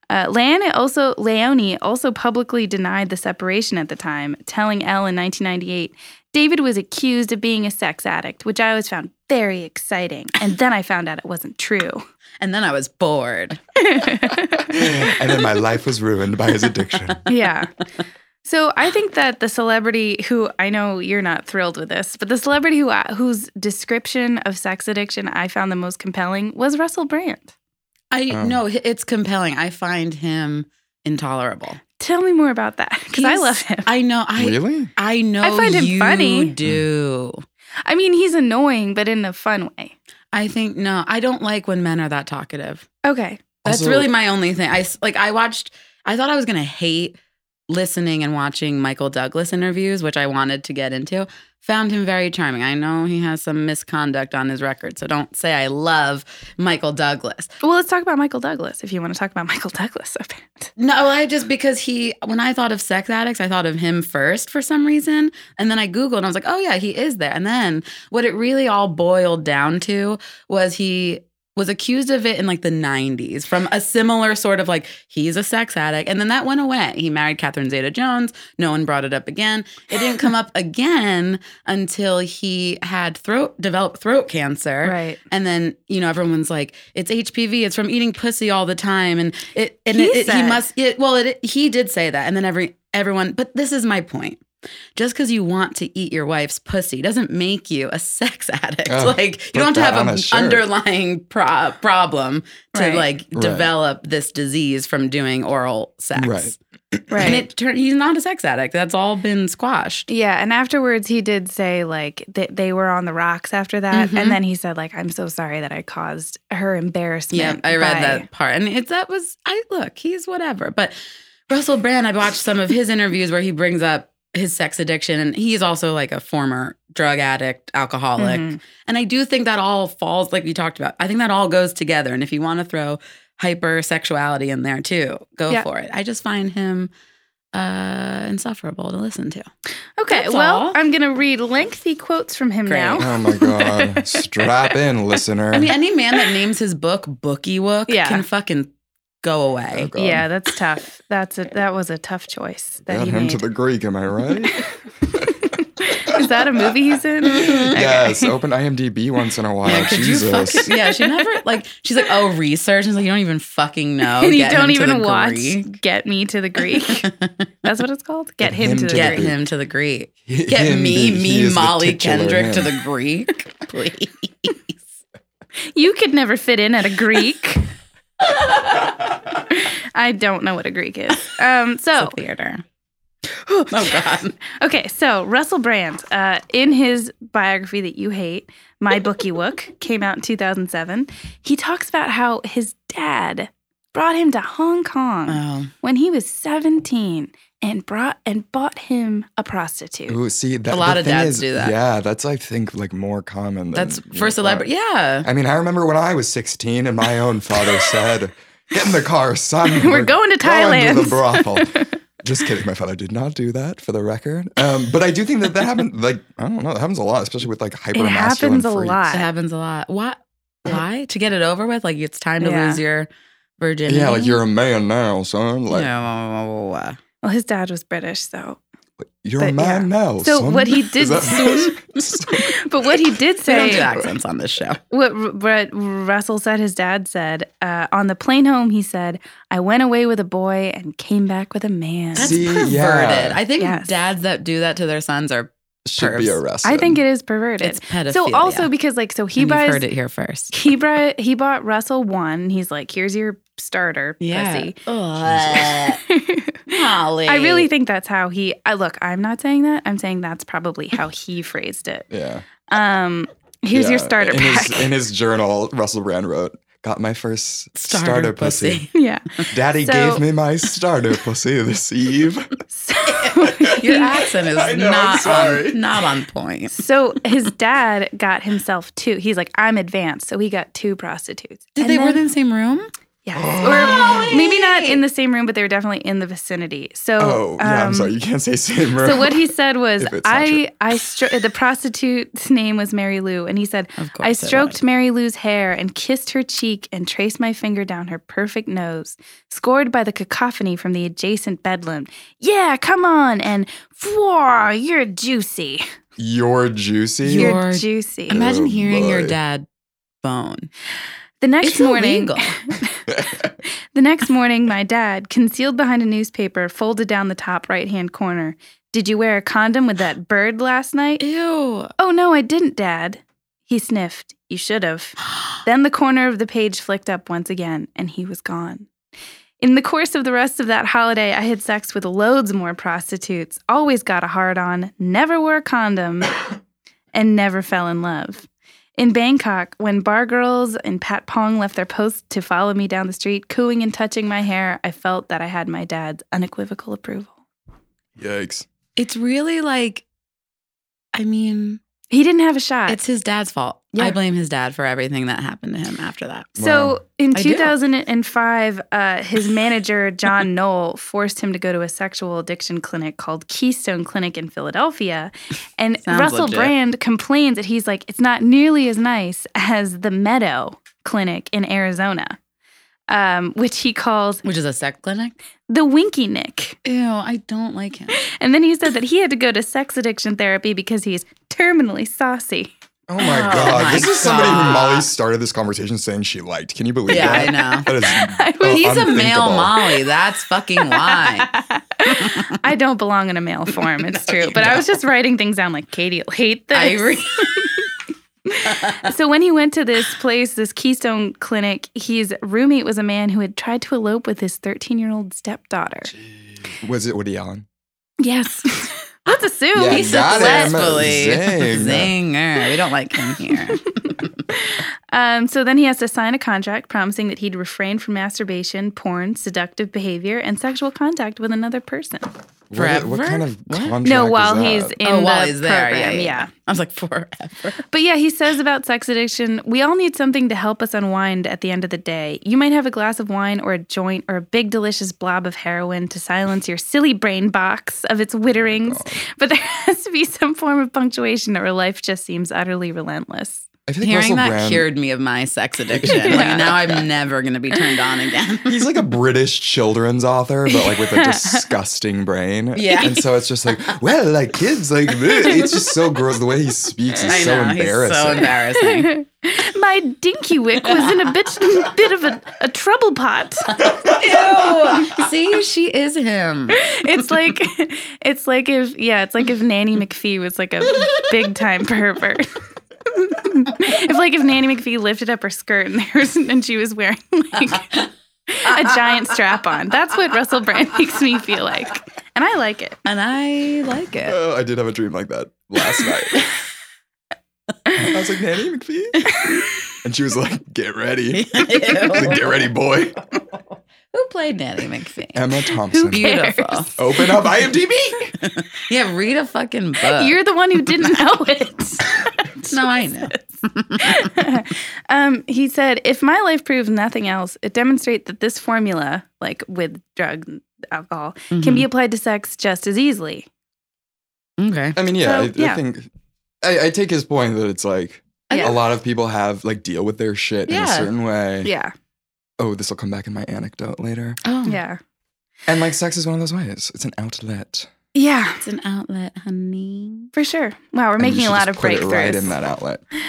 S1: Uh, Leone also Leone also publicly denied the separation at the time, telling Elle in 1998, "David was accused of being a sex addict, which I always found very exciting, and then I found out it wasn't true."
S2: and then I was bored.
S3: and then my life was ruined by his addiction.
S1: yeah. So I think that the celebrity who I know you're not thrilled with this, but the celebrity who I, whose description of sex addiction I found the most compelling was Russell Brand.
S2: I
S3: Oh.
S2: no, h- it's compelling. I find him intolerable
S1: Tell me more about that because I
S2: He's-
S1: love him.
S2: I know. I
S3: really? Hmm.
S2: I know.
S1: I find him
S2: you
S1: funny.
S2: Do
S1: I mean, he's annoying, but in a fun way.
S2: I think no? I don't like when men are that talkative.
S1: Okay.
S2: That's
S3: Also-
S2: really my only thing. I s- like I watched I thought I was going to hate listening and watching Michael Douglas interviews, which I wanted to get into. Found him very charming. I know he has some misconduct on his record, so don't say I love Michael Douglas.
S1: Well, let's talk about Michael Douglas if you want to talk about Michael Douglas so bad.
S2: No, I just because he when I thought of sex addicts, I thought of him first for some reason. And then I Googled and I was like, oh yeah, he is there. And then what it really all boiled down to was he was accused of it in like the 90s from a similar sort of like he's a sex addict and then that went away he married catherine zeta jones no one brought it up again it didn't come up again until he had throat developed throat cancer
S1: Right.
S2: and then you know everyone's like, it's HPV. It's from eating pussy all the time, and it and
S1: He
S2: it, it- he
S1: said.
S2: must. It, well, it, he did say that, and then every everyone. But this is my point. Just because you want to eat your wife's pussy doesn't make you a sex addict.
S3: Oh,
S2: like you don't have
S3: put
S2: to
S3: that
S2: have
S3: on a
S2: an
S3: shirt.
S2: underlying pro- problem to
S1: Right.
S2: like
S3: Right.
S2: develop this disease from doing oral sex.
S3: Right.
S1: Right.
S2: And it turned. He's not a sex addict. That's all been squashed.
S1: yeah. And afterwards, he did say, like, that they were on the rocks after that.
S2: Mhm.
S1: And then he said, like, I'm so sorry that I caused her embarrassment.
S2: Yeah, I read
S1: by-
S2: that part, and it's that was I look. He's whatever, but Russell Brand. I watched some of his interviews where he brings up his sex addiction, and he's also like a former drug addict, alcoholic,
S1: Mhm.
S2: and I do think that all falls like we talked about. I think that all goes together, and if you want to throw hypersexuality in there too, go
S1: Yeah.
S2: for it. I just find him uh insufferable to listen to.
S1: Okay.
S2: That's
S1: well,
S2: all.
S1: I'm going to read lengthy quotes from him
S2: Great.
S1: now.
S3: Oh my god! Strap in, listener.
S2: I mean, any man that names his book Bookie Wook
S1: Yeah.
S2: can fucking go
S3: Oh,
S2: away.
S3: God.
S1: Yeah, that's tough. That's a, that was a tough choice that
S3: Got
S1: he
S3: him
S1: made.
S3: to the Greek. Am I right?
S1: Is that a movie he's in? Okay.
S3: Yes. Open IMDb once in a while.
S2: Yeah, could you
S3: Jesus.
S2: fuck- yeah, she never like she's like, oh, research. And it's like, you don't even fucking know.
S1: and you
S2: Oh, Get him
S1: don't
S2: to
S1: even
S2: the
S1: watch
S2: Greek.
S1: Get Me to the Greek. That's what it's called. Get, him, to the
S2: Get
S1: Greek.
S2: him to the Greek.
S3: Him,
S2: Get me,
S3: he
S2: me,
S3: is the
S2: Molly
S3: titular
S2: Kendrick to
S3: him.
S2: the Greek, please.
S1: You could never fit in at a Greek. I don't know what a Greek is. Um, so,
S2: It's a theater. oh God.
S1: okay, so Russell Brand, uh, in his biography that you hate, My Bookie Wook, came out in 2007, he talks about how his dad brought him to Hong Kong
S2: Oh.
S1: when he was 17 and brought and bought him a prostitute.
S3: Ooh, see, that,
S2: A lot
S3: the
S2: of
S3: thing
S2: dads
S3: is-
S2: do that.
S3: Yeah, that's I think like more common. Than,
S2: That's
S3: you know,
S2: for celebrity. Yeah.
S3: I mean, I remember when I was 16 and my own father said, "Get in the car, son.
S1: We're going to
S3: Going to
S1: Thailand."
S3: the brothel." Just kidding, my father did not do that for the record. Um, but I do think that that happened. Like I don't know, that happens a lot, especially with like hyper
S1: It happens a
S2: That
S1: lot.
S2: happens a lot. Why? Why? to get it over with? Like it's time to
S1: Yeah.
S2: lose your virginity.
S3: Yeah, like you're a man now, son. Like
S2: no.
S1: Well, his dad was British, so
S3: you're a
S1: But,
S3: man now.
S1: So
S3: son.
S1: what he did
S3: Is that-
S1: but what he did
S2: We don't do
S1: say,
S2: accents on this show.
S1: what R- Brett Russell said, his dad said uh, on the plane home, he said, "I went away with a boy and came back with a man."
S2: That's
S3: See,
S2: perverted.
S3: yeah.
S2: I think
S1: Yes.
S2: dads that do that to their sons are
S3: should be
S2: Pervs.
S3: arrested.
S1: I think it is perverted.
S2: it's pedophilia.
S1: so also because like so he
S2: And you've heard
S1: buys
S2: it here first.
S1: he brought he bought Russell one. He's like, "Here's your starter, pussy."
S2: Ugh. Holly.
S1: I really think that's how he. I, look, I'm not saying that. I'm saying that's probably how he phrased it.
S3: Yeah.
S1: Um, here's your
S3: Yeah.
S1: starter
S3: in
S1: pack.
S3: His, in his journal, Russell Brand wrote, "Got my first starter, pussy.
S1: yeah.
S3: Daddy
S1: So-
S3: gave me my starter pussy this eve."
S1: So,
S2: Your accent is
S3: I know, I'm
S2: not
S3: sorry.
S2: on, not on point.
S1: so his dad got himself two. He's like, I'm advanced, so he got two prostitutes.
S2: Did
S1: And
S2: they
S1: then-
S2: were in the same room?
S3: Oh.
S1: Yes. or maybe not in the same room, but they were definitely in the vicinity. So,
S3: Oh, yeah. I'm
S1: um,
S3: sorry, you can't say same room.
S1: So what he said was,
S3: If it's not true.
S1: I, I, stro- the prostitute's name was Mary Lou, and he said,
S2: Of course.
S1: I
S2: it
S1: stroked Mary Lou's hair and kissed her cheek and traced my finger down her perfect nose, scored by the cacophony from the adjacent bedlam. Yeah, come on, and whoa, you're juicy.
S3: You're juicy.
S1: You're,
S2: You're-
S1: juicy.
S2: was. Imagine
S3: Oh,
S2: hearing your
S3: boy.
S2: dad bone.
S1: the next
S2: It's
S1: morning,
S2: illegal.
S1: the next morning, my dad, concealed behind a newspaper, folded down the top right hand corner. Did you wear a condom with that bird last night?
S2: Ew.
S1: Oh no, I didn't, Dad. He sniffed. You should have. Then the corner of the page flicked up once again, and he was gone. In the course of the rest of that holiday, I had sex with loads more prostitutes, always got a hard on, never wore a condom, and never fell in love. In Bangkok, when bar girls and Pat Pong left their posts to follow me down the street, cooing and touching my hair, I felt that I had my dad's unequivocal approval.
S3: Yikes.
S2: It's really like, I mean,
S1: He didn't have a shot.
S2: it's his dad's fault.
S1: Yeah.
S2: I blame his dad for everything that happened to him after that.
S1: So
S3: Wow.
S1: in
S2: I do.
S1: 2005, uh, his manager, John Knoll, forced him to go to a sexual addiction clinic called Keystone Clinic in Philadelphia. And
S2: Sounds
S1: Russell
S2: legit.
S1: Brand complains that he's like, it's not nearly as nice as the Meadow Clinic in Arizona, um, which he calls
S2: Which is a sex clinic?
S1: the Winky Nick.
S2: Ew, I don't like him.
S1: And then he said that he had to go to sex addiction therapy because he's terminally saucy.
S3: Oh my
S2: Oh
S3: god.
S2: my
S3: this is somebody who
S2: God.
S3: Molly started this conversation saying she liked. Can you believe
S2: Yeah,
S3: that?
S2: I know.
S3: That is
S1: I
S3: Oh,
S1: was-
S2: He's a male
S3: unthinkable.
S2: Molly. That's fucking why.
S1: I don't belong in a male form. It's
S2: No,
S1: true.
S2: you
S1: But I was just writing things down like Katie will hate this.
S2: I re-
S1: so when he went to this place, this Keystone clinic, his roommate was a man who had tried to elope with his 13 year old stepdaughter.
S3: Was it Woody Allen?
S1: Yes. Let's assume.
S3: Yeah,
S2: He
S3: got him.
S2: successfully.
S3: Zing.
S2: Zinger. We don't like him here.
S1: Um, so then he has to sign a contract promising that he'd refrain from masturbation, porn, seductive behavior, and sexual contact with another person.
S3: What, what
S2: Forever?
S3: kind of
S2: What?
S3: contract
S1: no,
S3: is
S1: while
S3: that?
S1: he's in
S2: oh,
S1: the
S2: while he's there,
S1: program,
S2: yeah,
S1: yeah.
S2: I was like forever.
S1: But yeah, he says about sex addiction, we all need something to help us unwind at the end of the day. You might have a glass of wine or a joint or a big delicious blob of heroin to silence your silly brain box of its witterings, but there has to be some form of punctuation or life just seems utterly relentless.
S3: I feel like
S2: Hearing
S3: Russell
S2: that
S3: Brand-
S2: cured me of my sex addiction. Like now I'm never gonna be turned on again.
S3: He's like a British children's author, but like with a disgusting brain.
S2: Yeah.
S3: And so it's just like, well, like kids, like bleh. it's just so gross. The way he speaks is
S2: I
S3: so
S2: know
S3: embarrassing.
S2: he's so embarrassing.
S1: My dinky wick was in a bit, bit of a, a trouble pot.
S2: Ew. See, she is him.
S1: It's like it's like if yeah, it's like if Nanny McPhee was like a big time pervert. if like if Nanny McPhee lifted up her skirt and there was, and she was wearing like a giant strap on. That's what Russell Brand makes me feel like. And I like it.
S2: And I like it.
S3: Oh, I did have a dream like that last night. I was like, Nanny McPhee? And she was like, get ready. I was like, get ready, boy.
S2: Who played Nanny McPhee?
S3: Emma Thompson.
S1: Who
S2: Beautiful.
S3: Open up IMDb.
S2: Yeah, read a fucking book.
S1: You're the one who didn't know it.
S2: no, I know.
S1: um, he said, if my life proves nothing else, it demonstrates that this formula, like with drug alcohol
S2: Mm-hmm.
S1: can be applied to sex just as easily.
S2: Mhm. okay.
S3: I mean, yeah,
S1: So,
S3: I, I
S1: yeah.
S3: think I, I take his point that it's like
S1: Yeah.
S3: a lot of people have like deal with their shit in a
S2: Yeah.
S3: certain way.
S1: Yeah.
S3: Oh, this will come back in my anecdote later.
S2: Oh,
S1: Yeah.
S3: And like, sex is one of those ways. It's an outlet.
S1: Yeah,
S2: It's an outlet, honey.
S1: for sure. Wow, we're
S3: And you
S1: making
S3: should
S1: a lot
S3: just
S1: of
S3: put it
S1: breakthroughs.
S3: right in that outlet.
S1: Um,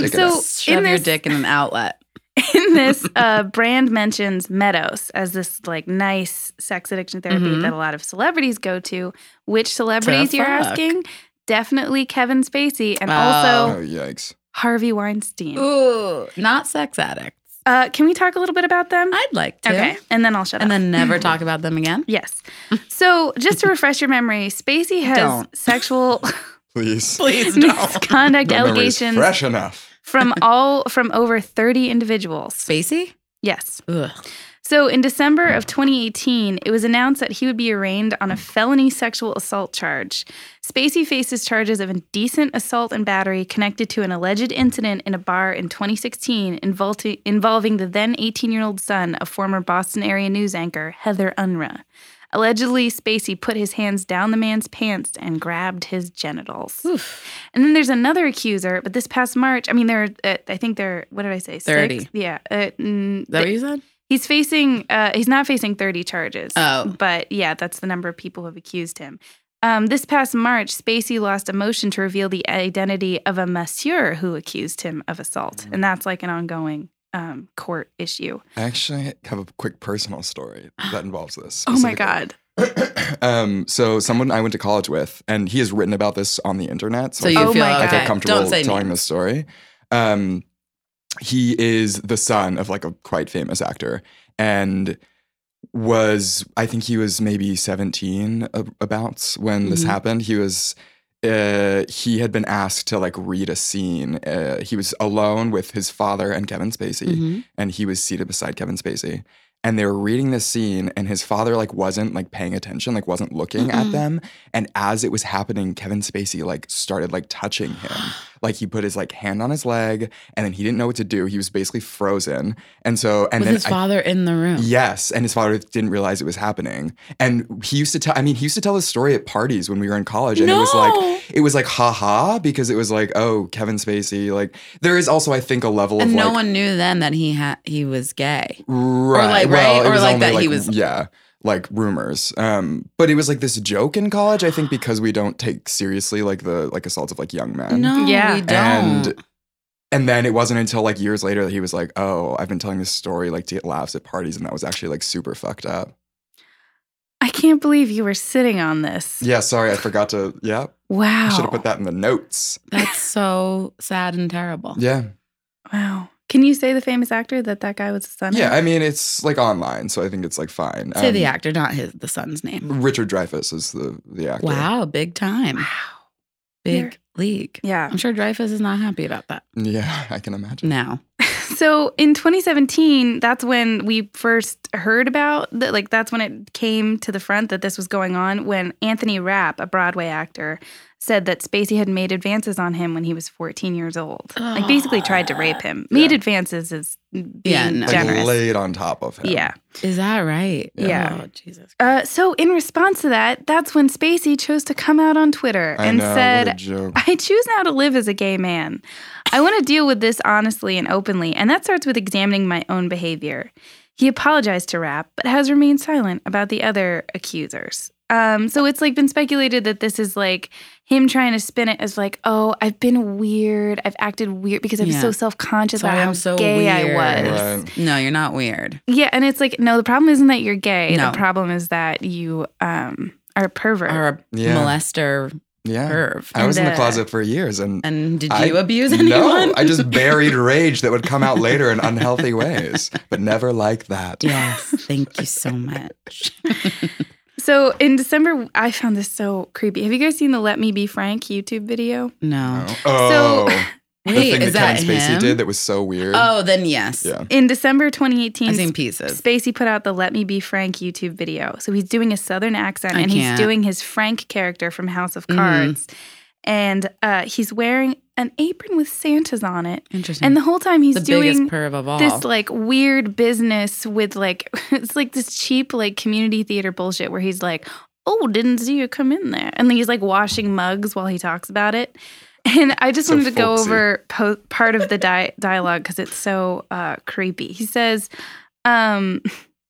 S3: Take it
S1: so
S2: shove
S1: in
S2: your
S1: this-
S2: dick in an outlet.
S1: in this uh, brand mentions meadows as this like nice sex addiction therapy
S3: Mm-hmm.
S2: Mhm.
S1: that a lot of celebrities go to which celebrities you're
S2: fuck.
S1: asking definitely kevin spacey and
S2: Oh.
S3: Oh,
S1: also
S3: yikes!
S1: harvey weinstein
S2: Ooh, not sex addicts.
S1: uh, can we talk a little bit about them
S2: I'd like to.
S1: okay and then i'll shut
S2: And
S1: up
S2: then never talk about them again.
S1: yes so just to refresh your memory spacey has
S2: Don't.
S1: sexual
S3: Please,
S2: Please
S1: misconduct
S3: The memory's
S1: allegations
S3: fresh enough.
S1: from all from over 30 individuals
S2: Spacey?
S1: yes
S2: Ugh.
S1: So in December of 2018, it was announced that he would be arraigned on a felony sexual assault charge. Spacey faces charges of indecent assault and battery connected to an alleged incident in a bar in 2016 invol- involving the then 18-year-old son of former Boston area news anchor Heather Unruh. Allegedly, Spacey put his hands down the man's pants and grabbed his genitals.
S2: Oof.
S1: And then there's another accuser, but this past March, I mean, there, are, uh, I think there, what did I say?
S2: 30.
S1: Six? Yeah. Uh, mm,
S2: Is that what you said?
S1: He's facing, uh, he's not facing 30 charges.
S2: Oh.
S1: But yeah, that's the number of people who have accused him. Um, this past March, Spacey lost a motion to reveal the identity of a masseur who accused him of assault. And that's like an ongoing um, court issue.
S3: I actually have a quick personal story that involves this.
S1: Oh my
S3: specifically.
S1: God.
S3: um, so someone I went to college with, and he has written about this on the internet.
S2: So
S3: I
S2: you
S1: Oh
S2: feel
S1: my
S3: I
S1: God.
S2: okay.
S3: feel comfortable
S2: Don't say
S3: telling
S2: names.
S3: this story. Um, he is the son of like a quite famous actor and was, I think he was maybe 17 ab- abouts when this
S2: Mhm.
S3: happened. He was, uh, he had been asked to like read a scene. Uh, he was alone with his father and Kevin Spacey
S2: Mhm.
S3: and he was seated beside Kevin Spacey. And they were reading this scene, and his father like wasn't like paying attention, like wasn't looking at
S2: Mm-mm.
S3: them. And as it was happening, Kevin Spacey like started like touching him, like he put his like hand on his leg, and then he didn't know what to do. He was basically frozen, and so and
S2: With
S3: then
S2: his
S3: I-
S2: father in the room.
S3: Yes, and his father didn't realize it was happening. And he used to tell I mean, he used to tell this story at parties when we were in college and it was
S2: No.
S3: like it was like haha because it was like, oh, Kevin Spacey like there is also I think a level
S2: And
S3: of
S2: no
S3: like
S2: one knew then that he had he was gay.
S3: Right.
S2: like,
S3: well,
S2: right?
S3: it
S2: Or,
S3: was
S2: like,
S3: only,
S2: that he was-
S3: Yeah. Like rumors. Um, but it was like this joke in college, I think, because we don't take seriously like the like assaults of like young men.
S2: No,
S1: Yeah.
S2: we don't.
S3: And and then it wasn't until like years later that he was like, Oh, I've been telling this story like to get laughs at parties, and that was actually like super fucked up.
S1: I can't believe you were sitting on this.
S3: Yeah, sorry, I forgot to yeah.
S1: Wow.
S3: I should have put that in the notes.
S2: That's so sad and terrible.
S3: Yeah.
S1: Wow. Can you say the famous actor that that guy was the son of?
S3: Yeah, I mean it's like online, so I think it's like fine.
S2: Say
S3: Um,
S2: the actor, not his the son's name.
S3: Richard Dreyfuss is the the actor.
S2: Wow, big time.
S1: Wow.
S2: Big
S1: You're-
S2: league.
S1: Yeah.
S2: I'm sure Dreyfus is not happy about that
S3: Yeah, I can imagine.
S2: now.
S1: So in 2017, that's when we first heard about that. Like that's when it came to the front that this was going on. When Anthony Rapp, a Broadway actor, said that Spacey had made advances on him when he was 14 years old. Like basically tried to rape him. Made
S3: Yeah.
S1: advances is being
S2: Yeah, no.
S3: Like
S1: generous.
S3: laid on top of him.
S1: yeah.
S2: Is that right?
S1: Yeah.
S2: Oh, Jesus.
S1: Uh, so in response to that, that's when Spacey chose to come out on Twitter
S3: I
S1: and
S3: know,
S1: said,
S3: what a joke.
S1: I choose now to live as a gay man. I want to deal with this honestly and openly, and that starts with examining my own behavior. He apologized to Rap, but has remained silent about the other accusers. Um, so it's like been speculated that this is like him trying to spin it as like, oh, I've been weird. I've acted weird because I was
S2: Yeah.
S1: so self conscious
S2: Sorry,
S1: about how
S2: I'm so
S1: gay
S2: weird.
S1: I was.
S3: Right.
S2: No, you're not weird.
S1: Yeah, and it's like, no, the problem isn't that you're gay.
S2: No.
S1: The problem is that you um, are a pervert.
S2: Or a
S3: Yeah.
S2: molester
S3: Yeah.
S2: perv.
S3: I was in the
S1: And, uh,
S3: closet for years and,
S2: And did
S3: I-
S2: you abuse anyone?
S3: no, I just buried rage that would come out later in unhealthy ways, but never like that.
S2: Yes. Thank you so much.
S1: So in December, I found this so creepy. Have you guys seen the Let Me Be Frank YouTube video?
S2: No.
S3: Oh, Oh, the
S2: Wait,
S3: thing
S2: is
S3: that
S2: that
S3: Kevin Spacey
S2: him?
S3: did that was so weird.
S2: Oh, then yes.
S3: Yeah.
S1: In December
S2: I've seen
S1: 2018,
S2: pieces.
S1: Spacey put out the Let Me Be Frank YouTube video. So he's doing a Southern accent
S2: I
S1: and
S2: can't.
S1: he's doing his Frank character from House of
S2: Mhm.
S1: Cards. And uh, he's wearing an apron with Santa's on it.
S2: Interesting.
S1: And the whole time he's
S2: the
S1: doing
S2: biggest perv of all.
S1: this like weird business with like it's like this cheap like community theater bullshit where he's like, "Oh, didn't see you come in there," and then he's like washing mugs while he talks about it. And I just
S3: So
S1: wanted to go
S3: folksy.
S1: over po- part of the di- dialogue because it's so uh, creepy. He says, um,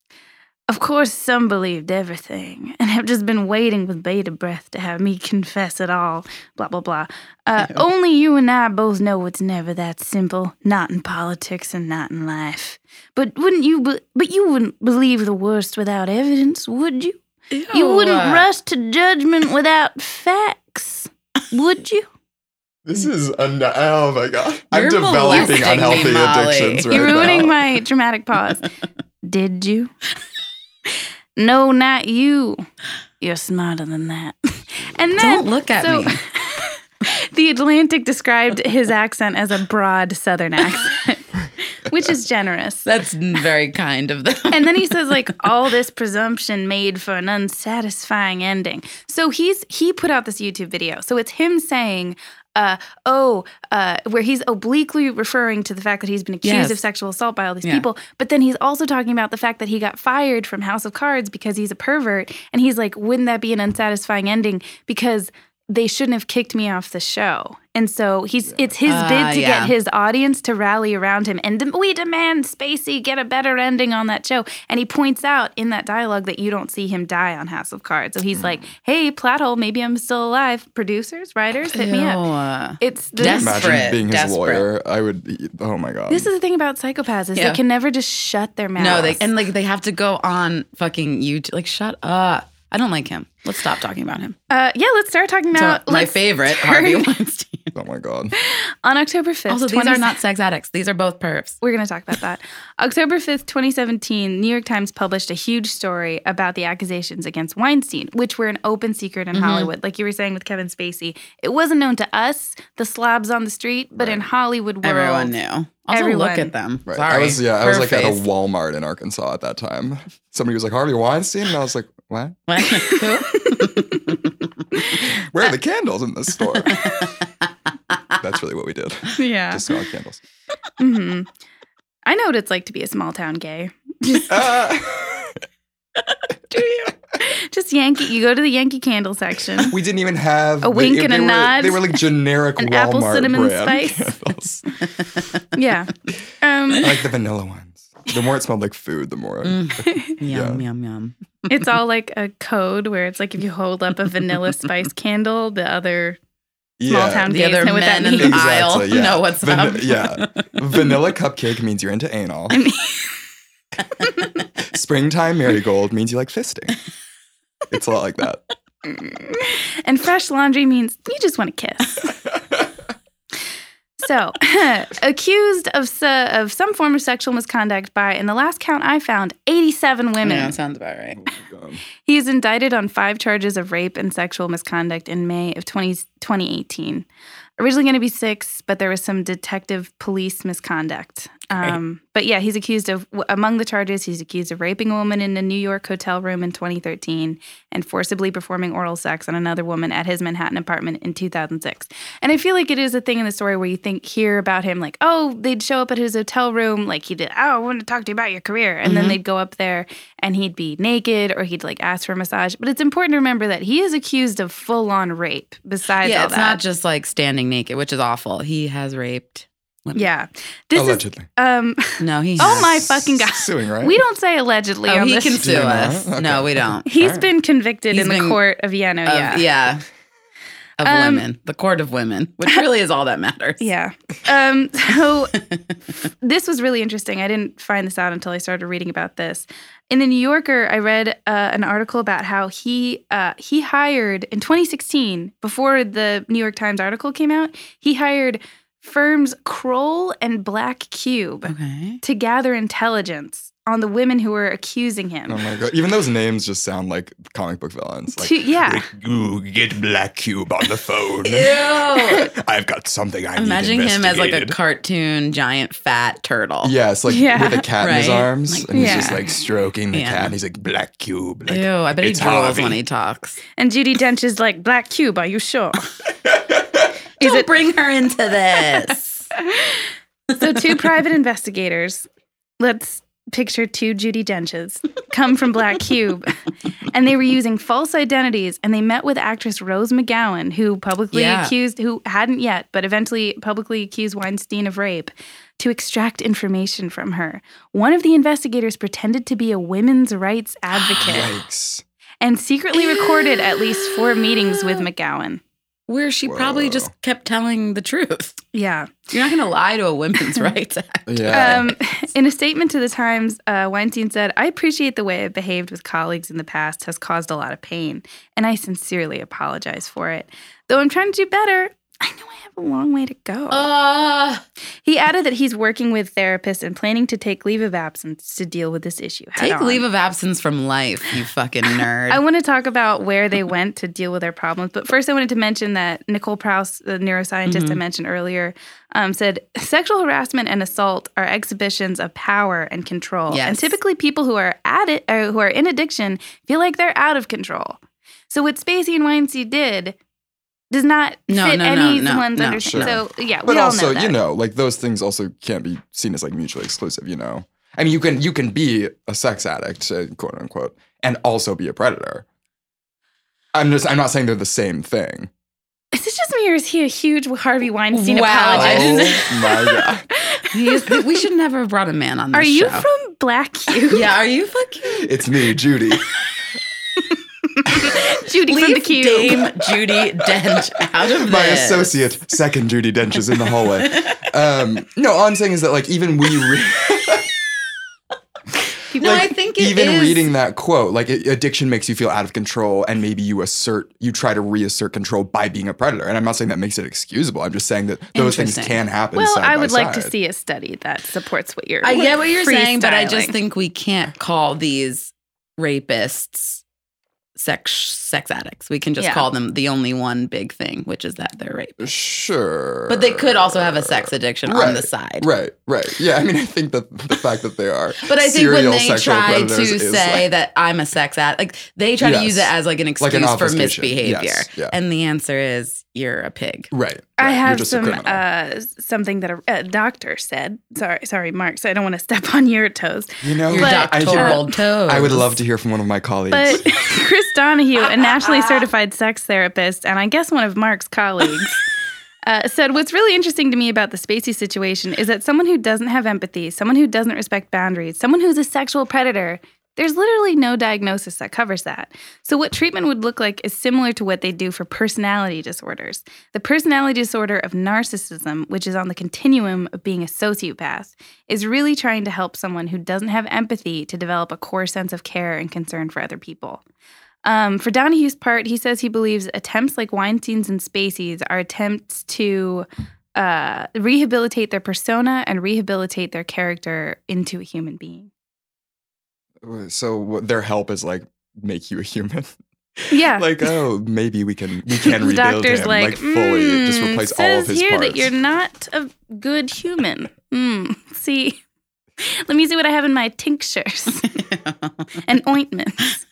S1: "Of course, some believed everything and have just been waiting with bated breath to have me confess it all." Blah blah blah. Uh,
S2: Yeah.
S1: only you and I both know it's never that simple. Not in politics and not in life. But wouldn't you? Be- but you wouldn't believe the worst without evidence, would you? You wouldn't rush to judgment without facts, would you?
S3: This is un- oh my god! I'm
S2: You're
S3: developing
S2: molesting me,
S3: unhealthy
S2: Molly.
S3: addictions right
S1: You're ruining
S3: now.
S1: my dramatic pause. Did you? no, not you. You're smarter than that. And then
S2: Don't look at
S1: so-
S2: me.
S1: The Atlantic described his accent as a broad Southern accent, which is generous.
S2: That's very kind of them.
S1: And then he says, like, all this presumption made for an unsatisfying ending. So he's he put out this YouTube video. So it's him saying, uh, oh, uh, where he's obliquely referring to the fact that he's been accused
S2: Yes.
S1: of sexual assault by all these
S2: Yeah.
S1: people. But then he's also talking about the fact that he got fired from House of Cards because he's a pervert. And he's like, wouldn't that be an unsatisfying ending? Because they shouldn't have kicked me off the show. And so he's it's his
S2: Ah,
S1: bid to
S2: yeah.
S1: get his audience to rally around him and dem- we demand Spacey get a better ending on that show. And he points out in that dialogue that you don't see him die on House of Cards. So
S2: Mm.
S1: he's like, "Hey, plot hole, maybe I'm still alive." Producers, writers, hit me up.
S2: Ew.
S1: It's the,
S2: That's-
S3: Imagine
S2: Desperate,
S3: being his
S2: desperate.
S3: lawyer. I would. Oh my god!
S1: this is the thing about psychopaths is
S2: Yeah.
S1: they can never just shut their mouth.
S2: No, they and like they have to go on fucking YouTube. Like, shut up. I don't like him. Let's stop talking about him.
S1: uh, yeah. Let's start talking
S2: So,
S1: about
S2: my
S1: let's
S2: favorite,
S1: turn-
S2: Harvey Weinstein.
S3: oh my god!
S1: on October fifth.
S2: Also, these are not sex addicts. These are both pervs.
S1: We're going to talk about that. October 5th, 2017, New York Times published a huge story about the accusations against Weinstein, which were an open secret in
S3: Mm-hmm.
S2: Mhm.
S1: Hollywood. Like you were saying with Kevin Spacey, it wasn't known to us, the slobs on the street, but in
S3: Right.
S1: Hollywood world,
S2: Everyone knew. Also,
S1: Everyone.
S2: look at them.
S3: Right.
S2: Sorry.
S3: I was yeah. I was like at a
S2: Perv-faced.
S3: Walmart in Arkansas at that time. Somebody was like Harvey Weinstein, and I was like, what?
S2: What? Who?
S3: Where are the candles in this store? That's really what we did.
S1: yeah.
S3: Just saw candles.
S1: hmm I know what it's like to be a small town gay.
S3: Uh,
S1: Just Yankee, you go to the Yankee candle section.
S3: we didn't even have
S1: A wink
S3: they,
S1: and a
S3: they were,
S1: nod.
S3: They were like generic
S1: An
S3: Walmart
S1: apple cinnamon
S3: brand
S1: spice.
S3: candles.
S1: Yeah. Um,
S3: I like the vanilla ones. The more it smelled like food, the more.
S2: Mm. Yum,
S3: Yeah.
S2: yum, yum.
S1: it's all like a code where it's like if you hold up a vanilla spice candle, the other small
S3: Yeah.
S1: town
S2: The
S1: gays
S2: other
S1: know what that
S2: men in
S1: means.
S2: the
S3: Exactly,
S2: aisle
S3: yeah.
S2: know what's
S3: Van-
S2: up.
S3: yeah. Vanilla cupcake means you're into anal.
S1: I mean-
S3: Springtime marigold means you like fisting. It's a lot like that.
S1: And fresh laundry means you just want to kiss. so, accused of su- of some form of sexual misconduct by, in the last count I found, 87 women.
S2: Yeah, sounds about right.
S1: He is indicted on five charges of rape and sexual misconduct in May of 20, 2018. Originally going to be six, but there was some detective police misconduct. Um, but yeah, he's accused of, w- among the charges, he's accused of raping a woman in a New York hotel room in 2013 and forcibly performing oral sex on another woman at his Manhattan apartment in 2006. And I feel like it is a thing in the story where you think, hear about him, like, oh, they'd show up at his hotel room, like he did, oh, I want to talk to you about your career. And then
S2: Mhm.
S1: they'd go up there and he'd be naked or he'd like ask for a massage. But it's important to remember that he is accused of full on rape besides
S2: yeah,
S1: all
S2: it's
S1: that.
S2: not just like standing naked, which is awful. He has raped. women.
S1: yeah. This is
S3: Allegedly.
S1: um
S2: No, he.
S1: Oh
S2: has.
S1: my fucking God.
S3: Suing, right?
S1: we don't say allegedly
S2: Oh,
S1: on
S2: he
S1: this.
S2: can
S1: He's
S2: sue
S3: Do you know?
S2: us. No,
S3: Okay.
S2: we don't.
S3: Alright.
S1: been convicted
S2: He's
S1: in the
S2: been-
S1: court of Yano.
S2: Of-
S1: yeah.
S2: yeah. Of
S1: Um,
S2: women, the court of women, which really is all that matters.
S1: Yeah. Um, so this was really interesting. I didn't find this out until I started reading about this. In the New Yorker, I read uh, an article about how he uh, he hired in 2016, before the New York Times article came out, he hired firms Kroll and Black
S3: Hmm.
S1: Cube
S2: Okay.
S1: to gather intelligence on the women who were accusing him.
S3: Oh my god! Even those names just sound like comic book villains. Like,
S1: To- yeah.
S3: "Ooh, get Black Cube on the phone.
S2: Ew.
S3: I've got something I
S2: Imagine him as like a
S3: investigated."
S2: cartoon giant fat turtle.
S3: Yes, like
S1: Yeah.
S3: with a cat in his
S2: Right?
S3: arms,
S2: Like-
S3: and he's just
S1: Yeah.
S3: like stroking the
S2: Yeah.
S3: cat, and he's like black cube. Like,
S2: Ew, I bet he
S3: "It's
S2: drools
S3: Harvey."
S2: when he talks.
S1: And Judy Dench is like, Black Cube, are you sure? Is
S2: Don't
S1: it-
S2: bring her into this.
S1: So, two private investigators, let's picture two Judy Denches, come from Black Cube, and they were using false identities. And they met with actress Rose McGowan, who publicly
S2: Yeah.
S1: accused, who hadn't yet, but eventually publicly accused Weinstein of rape, to extract information from her. One of the investigators pretended to be a women's rights advocate
S3: Yikes.
S1: and secretly recorded at least four meetings with McGowan.
S2: Where she probably
S3: Whoa.
S2: just kept telling the truth.
S1: Yeah.
S2: You're not going to lie to a women's rights act.
S3: Yeah.
S1: Um, in a statement to the Times, uh, Weinstein said, I appreciate the way I've behaved with colleagues in the past has caused a lot of pain, and I sincerely apologize for it. Though I'm trying to do better, I know I have a long way to go.
S2: Uh,
S1: he added that he's working with therapists and planning to take leave of absence to deal with this issue. head
S2: take
S1: on.
S2: leave of absence from life, you fucking nerd.
S1: I want to talk about where they went to deal with their problems, but first I wanted to mention that Nicole Prouse, the neuroscientist I
S2: Mhm.
S1: mentioned earlier, um, said sexual harassment and assault are exhibitions of power and control, and
S2: Yes.
S1: typically people who are at it, uh, who are in addiction, feel like they're out of control. So what Spacey and Weinstein did does not
S2: No,
S1: fit
S2: no, no,
S1: anyone's
S2: no, no,
S1: understanding.
S3: sure.
S1: So yeah,
S3: but
S1: we all
S3: also,
S1: know that.
S3: you know, like those things also can't be seen as like mutually exclusive, you know. I mean, you can you can be a sex addict, uh, quote unquote, and also be a predator. I'm just I'm not saying they're the same thing.
S1: is this just me or is he a huge Harvey Weinstein
S2: Wow.
S3: Oh
S1: apologist?
S3: my god.
S2: He's- we should never have brought a man on this
S1: Are you
S2: show.
S1: from Black Cube?
S2: yeah, are you fucking
S3: It's me, Judy.
S1: Judy from the
S2: Leave
S1: Cube.
S2: Dame Judy Dench out of
S3: my
S2: this.
S3: associate, second Judy Dench, is in the hallway. Um, no, all I'm saying is that like even we, re-
S2: No,
S3: like,
S2: I think it is
S3: even reading that quote, like it, addiction makes you feel out of control, and maybe you assert, you try to reassert control by being a predator. And I'm not saying that makes it excusable. I'm just saying that those things
S2: Interesting.
S3: can happen.
S1: Well,
S3: side
S1: I
S3: by
S1: would like to
S3: side.
S1: see a study that supports what you're.
S2: I get what you're saying, but I just
S1: freestyling.
S2: think we can't call these rapists sex sex addicts. We can just
S1: Yeah.
S2: call them the only one big thing, which is that they're rapists.
S3: Sure,
S2: But they could also have a sex addiction on the
S3: Right.
S2: side.
S3: Right, right. Yeah, I mean, I think that the fact that they are,
S2: But I think when
S3: serial
S2: they
S3: sexual
S2: try to
S3: predators is,
S2: say
S3: like-
S2: that I'm a sex addict, like they try to use it
S3: Yes.
S2: as like an excuse
S3: Like an
S2: for
S3: obfuscation.
S2: misbehavior.
S3: Yes, yeah.
S2: And the answer is you're a pig.
S3: right, right.
S1: I
S3: You're
S1: have
S3: just a
S1: some
S3: criminal.
S1: uh, s- something that a, a doctor said. Sorry, sorry, Mark. So I don't want to step on your toes.
S3: you know,
S2: Your
S1: But-
S3: I,
S2: doctoral toes.
S3: I would love to hear from one of my colleagues.
S1: But Chris Donahue, a nationally certified sex therapist, and I guess one of Mark's colleagues, uh, said, What's really interesting to me about the Spacey situation is that someone who doesn't have empathy, someone who doesn't respect boundaries, someone who's a sexual predator, there's literally no diagnosis that covers that. So, what treatment would look like is similar to what they do for personality disorders. The personality disorder of narcissism, which is on the continuum of being a sociopath, is really trying to help someone who doesn't have empathy to develop a core sense of care and concern for other people. Um, for Donahue's part, he says he believes attempts like Weinstein's and Spacey's are attempts to uh, rehabilitate their persona and rehabilitate their character into a human being.
S3: Uh, so what, their help is like make you a human.
S1: Yeah.
S3: like oh, maybe we can we can
S1: the
S3: rebuild
S1: doctor's
S3: him
S1: like,
S3: like, fully, just
S1: "Mm,
S3: replace all
S1: says
S3: of his
S1: here
S3: parts.
S1: that you're not a good human. Mm, see, let me see what I have in my tinctures. and ointments.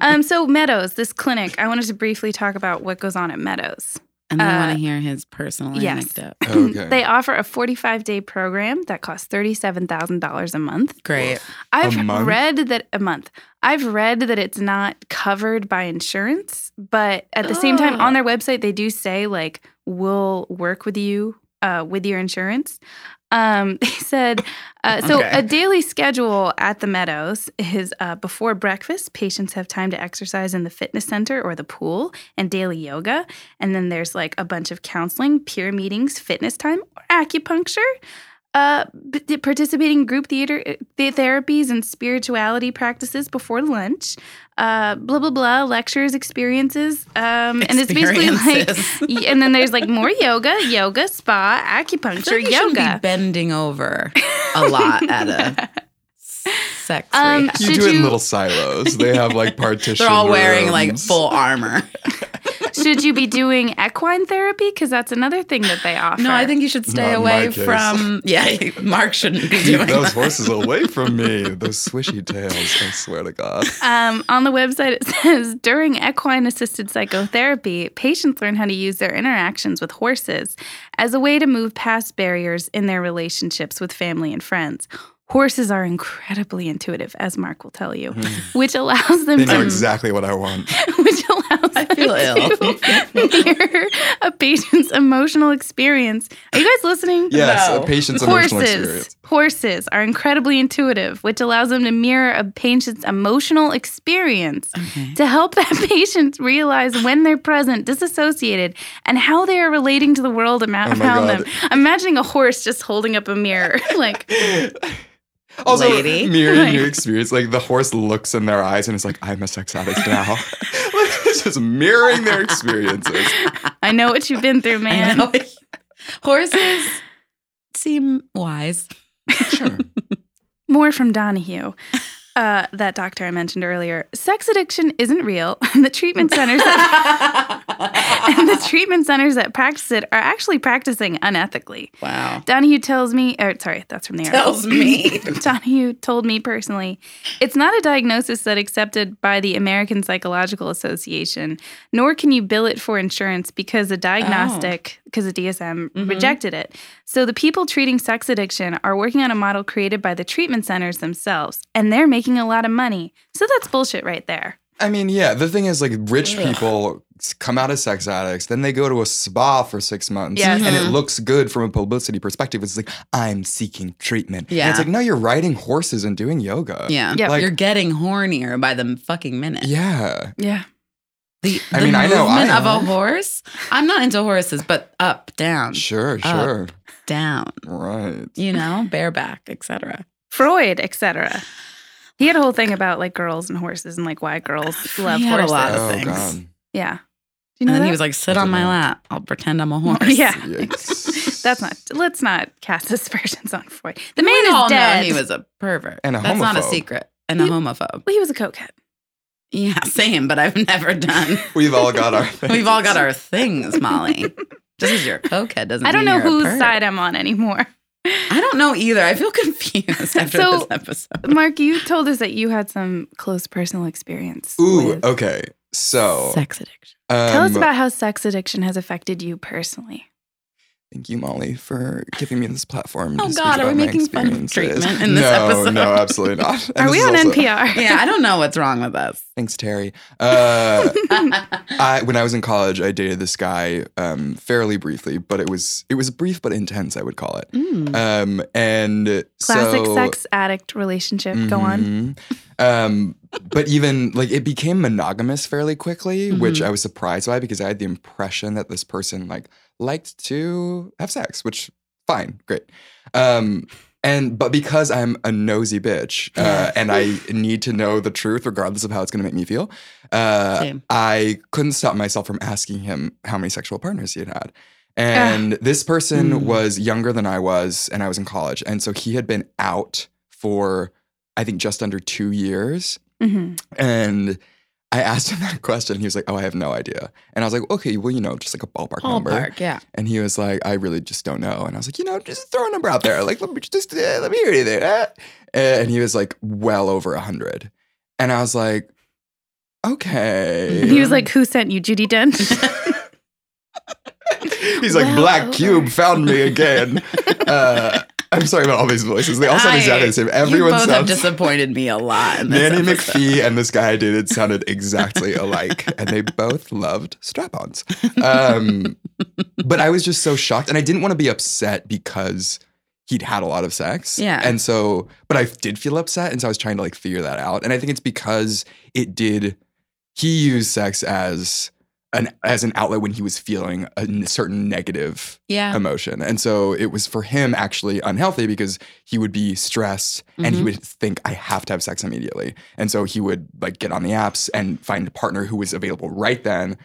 S1: um, so Meadows, this clinic, I wanted to briefly talk about what goes on at Meadows.
S2: and I want
S1: uh,
S2: to hear his personal
S1: yes.
S2: anecdote.
S3: okay.
S1: They offer a 45 day program that costs $37,000 a month.
S2: Great.
S1: I've
S3: month?
S1: read that a month. I've read that it's not covered by insurance, but at the same time,
S2: Oh.
S1: on their website, they do say like we'll work with you uh, with your insurance. Um, they said uh, so.
S2: Okay.
S1: A daily schedule at the Meadows is uh, before breakfast. Patients have time to exercise in the fitness center or the pool, and daily yoga. And then there's like a bunch of counseling, peer meetings, fitness time, acupuncture uh, b- participating in group theater th- therapies and spirituality practices before lunch. Uh, blah blah blah lectures, experiences, um, and it's basically like.
S2: Experiences.
S1: y- And then there's like more yoga, yoga, spa,
S2: I feel
S1: acupuncture,
S2: like you shouldn't
S1: yoga.
S2: be bending over a lot at a sex
S1: Um,
S2: rehab.
S3: you
S1: should
S3: do it
S1: you-
S3: in little silos. They have like partitions.
S2: They're all wearing like full armor.
S1: Should you be doing equine therapy? Because that's another thing that they offer.
S2: No, I think you should stay
S3: Not in my
S2: away
S3: case.
S2: from. Yeah, Mark shouldn't be
S3: Keep
S2: doing
S3: those
S2: that.
S3: horses away from me. Those swishy tails. I swear to God.
S1: Um, on the website, it says during equine assisted psychotherapy, patients learn how to use their interactions with horses as a way to move past barriers in their relationships with family and friends. Horses are incredibly intuitive, as Mark will tell you, which allows them
S3: Hmm. They know
S1: to
S3: exactly what I want.
S1: which allows
S2: I feel
S1: them to mirror a patient's emotional experience. Are you guys listening?
S3: Yes,
S2: No.
S3: a patient's emotional experience.
S1: Horses, horses are incredibly intuitive, which allows them to mirror a patient's emotional experience
S2: Okay.
S1: to help that patient realize when they're present, disassociated, and how they are relating to the world ama-
S3: Oh my
S1: around
S3: God.
S1: them. I'm imagining a horse just holding up a mirror, like,
S3: Also,
S2: Lady.
S3: mirroring your
S1: Like-
S3: experience, like the horse looks in their eyes and is like, "I'm a sex addict now." like, it's just mirroring their experiences.
S1: I know what you've been through,
S2: I
S1: man.
S2: know. Horses seem wise.
S3: Sure.
S1: More from Donahue. Uh, that doctor I mentioned earlier. Sex addiction isn't real. and the treatment centers that and the treatment centers that practice it are actually practicing unethically.
S2: wow.
S1: Donahue tells me, or sorry, that's from the article.
S2: Tells me.
S1: Donahue told me personally, it's not a diagnosis that accepted by the American Psychological Association, nor can you bill it for insurance because a diagnostic,
S2: Oh.
S1: because a DSM
S2: Mhm.
S1: rejected it. So the people treating sex addiction are working on a model created by the treatment centers themselves, and they're making a lot of money. So that's bullshit right there.
S3: I mean, yeah. The thing is, like, rich
S2: Ugh.
S3: people s- come out as sex addicts, then they go to a spa for six months,
S1: Yes.
S3: and it
S2: Mhm.
S3: looks good from a publicity perspective. It's like, I'm seeking treatment. And
S2: Yeah.
S3: it's like, no, you're riding horses and doing yoga.
S2: Yeah.
S1: Yeah.
S3: Like-
S2: You're getting hornier by the fucking minute.
S3: Yeah.
S1: Yeah.
S2: The,
S3: I
S2: the
S3: mean, I know I
S2: movement of a
S3: am.
S2: horse. I'm not into horses, but up, down,
S3: Sure.
S2: Up.
S3: Sure.
S2: down,
S3: Right.
S2: you know, bareback, etc.
S1: Freud, etc. He had a whole thing about like girls and horses and like why girls love
S2: He had a
S1: horses.
S2: lot of
S3: oh
S2: things.
S3: God.
S1: Yeah. Do you
S2: And
S1: know
S2: then
S1: that?
S2: he was like, "Sit
S3: I
S2: on
S3: did
S2: my
S3: not.
S2: lap. I'll pretend I'm a horse."
S1: Yeah.
S3: Yikes.
S1: That's not. Let's not cast aspersions on Freud. The
S2: We
S1: man
S2: all
S1: is
S2: know
S1: dead.
S2: he was a pervert.
S3: And a
S2: That's not a
S3: homophobe.
S2: secret. And a
S1: He-
S2: homophobe.
S1: well, he was a cokehead.
S2: Yeah, same. But I've never done.
S3: We've all got our.
S2: We've all got our things, Molly. Just as your cokehead doesn't.
S1: I don't know
S2: mean you're a
S1: whose
S2: perv.
S1: side I'm on anymore.
S2: I don't know either. I feel confused after
S1: So-
S2: this episode.
S1: Mark, you told us that you had some close personal experience.
S3: Ooh. um,
S1: with-
S3: Okay. So.
S2: sex addiction.
S1: Tell us
S3: um,
S1: about how sex addiction has affected you personally.
S3: Thank you, Molly, for giving me this platform.
S2: Oh,
S3: to speak
S2: God, are we
S3: about my
S2: making fun of
S3: experiences.
S2: treatment in this
S3: no,
S2: episode?
S3: No, absolutely not. And
S1: Are
S3: this
S1: we
S3: is
S1: on
S3: also-
S1: NPR?
S2: Yeah, I don't know what's wrong with us.
S3: Thanks, Terry. Uh,
S2: Hmm.
S3: I, when I was in college, I dated this guy um, fairly briefly, but it was it was brief but intense, I would call it.
S2: Mm.
S3: Um, and
S1: Classic
S3: so,
S1: sex addict relationship. Go on.
S3: Mhm. Um, but even like it became monogamous fairly quickly,
S1: Mm-hmm.
S3: which I was surprised by because I had the impression that this person like liked to have sex, which fine, great. Um, and but because I'm a nosy bitch uh, and I need to know the truth regardless of how it's going to make me feel, uh,
S2: Same.
S3: I couldn't stop myself from asking him how many sexual partners he had had. And this person
S2: Mm.
S3: was younger than I was, and I was in college. And so he had been out for, I think, just under two years.
S1: hmm
S3: And I asked him that question. He was like, Oh, I have no idea. And I was like, Okay, well, you know, just like a ballpark, number.
S2: Ballpark, yeah.
S3: And he was like, I really just don't know. And I was like, You know, just throw a number out there. Like, let me just, uh, let me hear anything. Uh. And he was like, Well over 100. And I was like, Okay.
S1: He was like, "Who sent you, Judy Dench?"
S3: He's like,
S1: Well
S3: Black
S1: over.
S3: Cube found me again. uh, I'm sorry about all these voices. They all sound
S2: I-
S3: exactly the same. Everyone
S2: you both have
S3: sounds.
S2: disappointed me a lot. in this
S3: Nanny
S2: episode.
S3: McPhee and this guy I dated sounded exactly alike, and they both loved strap ons. Um, but I was just so shocked, and I didn't want to be upset because he'd had a lot of sex.
S2: Yeah.
S3: And so, but I did feel upset, and so I was trying to like figure that out. And I think it's because it did, he used sex as. An, as an outlet when he was feeling a n- certain negative
S2: Yeah.
S3: emotion. And so it was for him actually unhealthy because he would be stressed and he
S2: Mhm.
S3: would think, I have to have sex immediately. And so he would like get on the apps and find a partner who was available right then.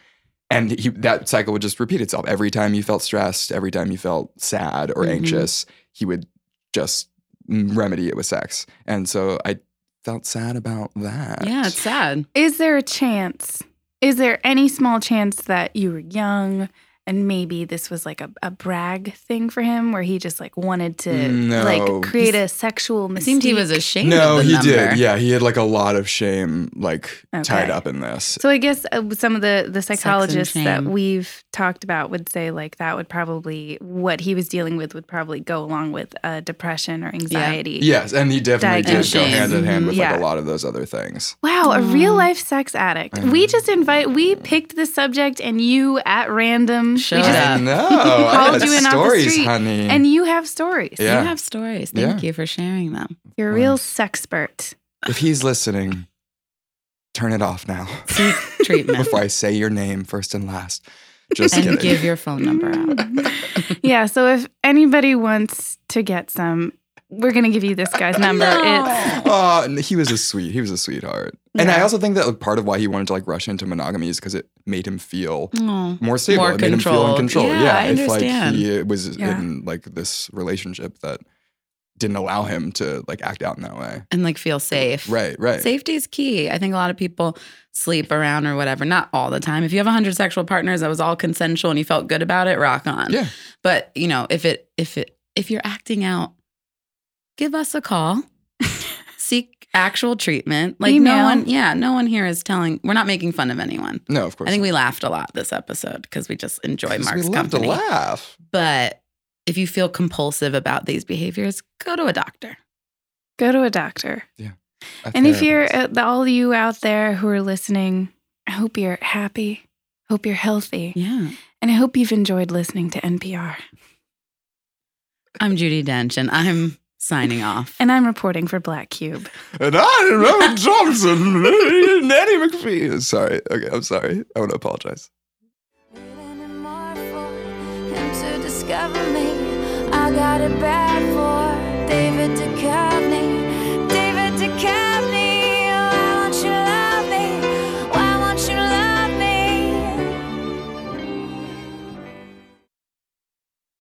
S3: And he, that cycle would just repeat itself. Every time he felt stressed, every time he felt sad or
S2: Mhm.
S3: anxious, he would just mm, remedy it with sex. And so I felt sad about that.
S2: yeah, it's sad.
S1: Is there a chance Is there any small chance that you were young and maybe this was like a, a brag thing for him where he just like wanted to
S3: No.
S1: like create a sexual mystique?
S2: It seemed he was ashamed
S3: No,
S2: of the
S3: he
S2: number.
S3: did. Yeah, he had like a lot of shame like tied
S1: Okay.
S3: up in this.
S1: So I guess uh, some of the the
S2: and
S1: psychologists that
S2: shame.
S1: we've talked about would say like that would probably what he was dealing with would probably go along with uh, depression or anxiety.
S3: Yes, and he definitely
S1: Diagnosed.
S3: did go
S2: Shame.
S3: hand in hand
S1: Mhm.
S3: with like
S1: Yeah.
S3: a lot of those other things.
S1: Wow, a
S2: Mm.
S1: real life sex addict.
S3: I know.
S1: We just invite we picked the subject and you at random
S2: Showed
S1: we
S2: up.
S1: just-
S3: I
S2: Yeah.
S3: know.
S1: Called
S3: I got
S1: you in off the
S3: stories,
S1: street,
S3: honey.
S1: and you have stories.
S3: Yeah.
S2: You have stories. Thank you for sharing them.
S1: You're a real sexpert.
S3: if he's listening, turn it off now
S2: Seek treatment
S3: before I say your name first and last. Just
S2: and
S3: kidding.
S2: give your phone number out.
S1: Mm. yeah, so if anybody wants to get some, we're gonna give you this guy's number. It's
S3: Oh, and he was a sweet. He was a sweetheart, and I
S1: Yeah.
S3: also think that like, part of why he wanted to like rush into monogamy is because it made him feel
S2: Oh,
S3: more stable.
S2: More
S3: it made him feel in
S2: controlled.
S3: control.
S2: Yeah, I
S3: it's
S2: understand.
S3: like he was
S1: Yeah.
S3: in like this relationship that didn't allow him to like act out in that way.
S2: and like feel safe.
S3: Right, right.
S2: Safety is key. I think a lot of people sleep around or whatever, not all the time. If you have 100 sexual partners that was all consensual and you felt good about it, rock on.
S3: Yeah.
S2: But, you know, if it if it if you're acting out, give us a call. Seek actual treatment. Like no
S1: Email.
S2: one, yeah, no one here is telling. We're not making fun of anyone.
S3: No, of course.
S2: I think we laughed a lot this episode because we just enjoy
S3: Because
S2: Mark's
S3: we love
S2: company.
S3: to laugh.
S2: But if you feel compulsive about these behaviors, go to a doctor.
S1: go to a doctor.
S3: A
S1: And if you're
S3: therapist.
S1: uh, the- all you out there who are listening, I hope you're happy. Hope you're healthy.
S2: Yeah.
S1: And I hope you've enjoyed listening to NPR.
S2: I'm Judy Dench and I'm signing off.
S1: And I'm reporting for Black Cube.
S3: and I'm Robert Johnson, Nanny McPhee. Sorry. Okay, I'm sorry. I want to apologize.
S4: Waiting in more for him to discover me. I got it bad for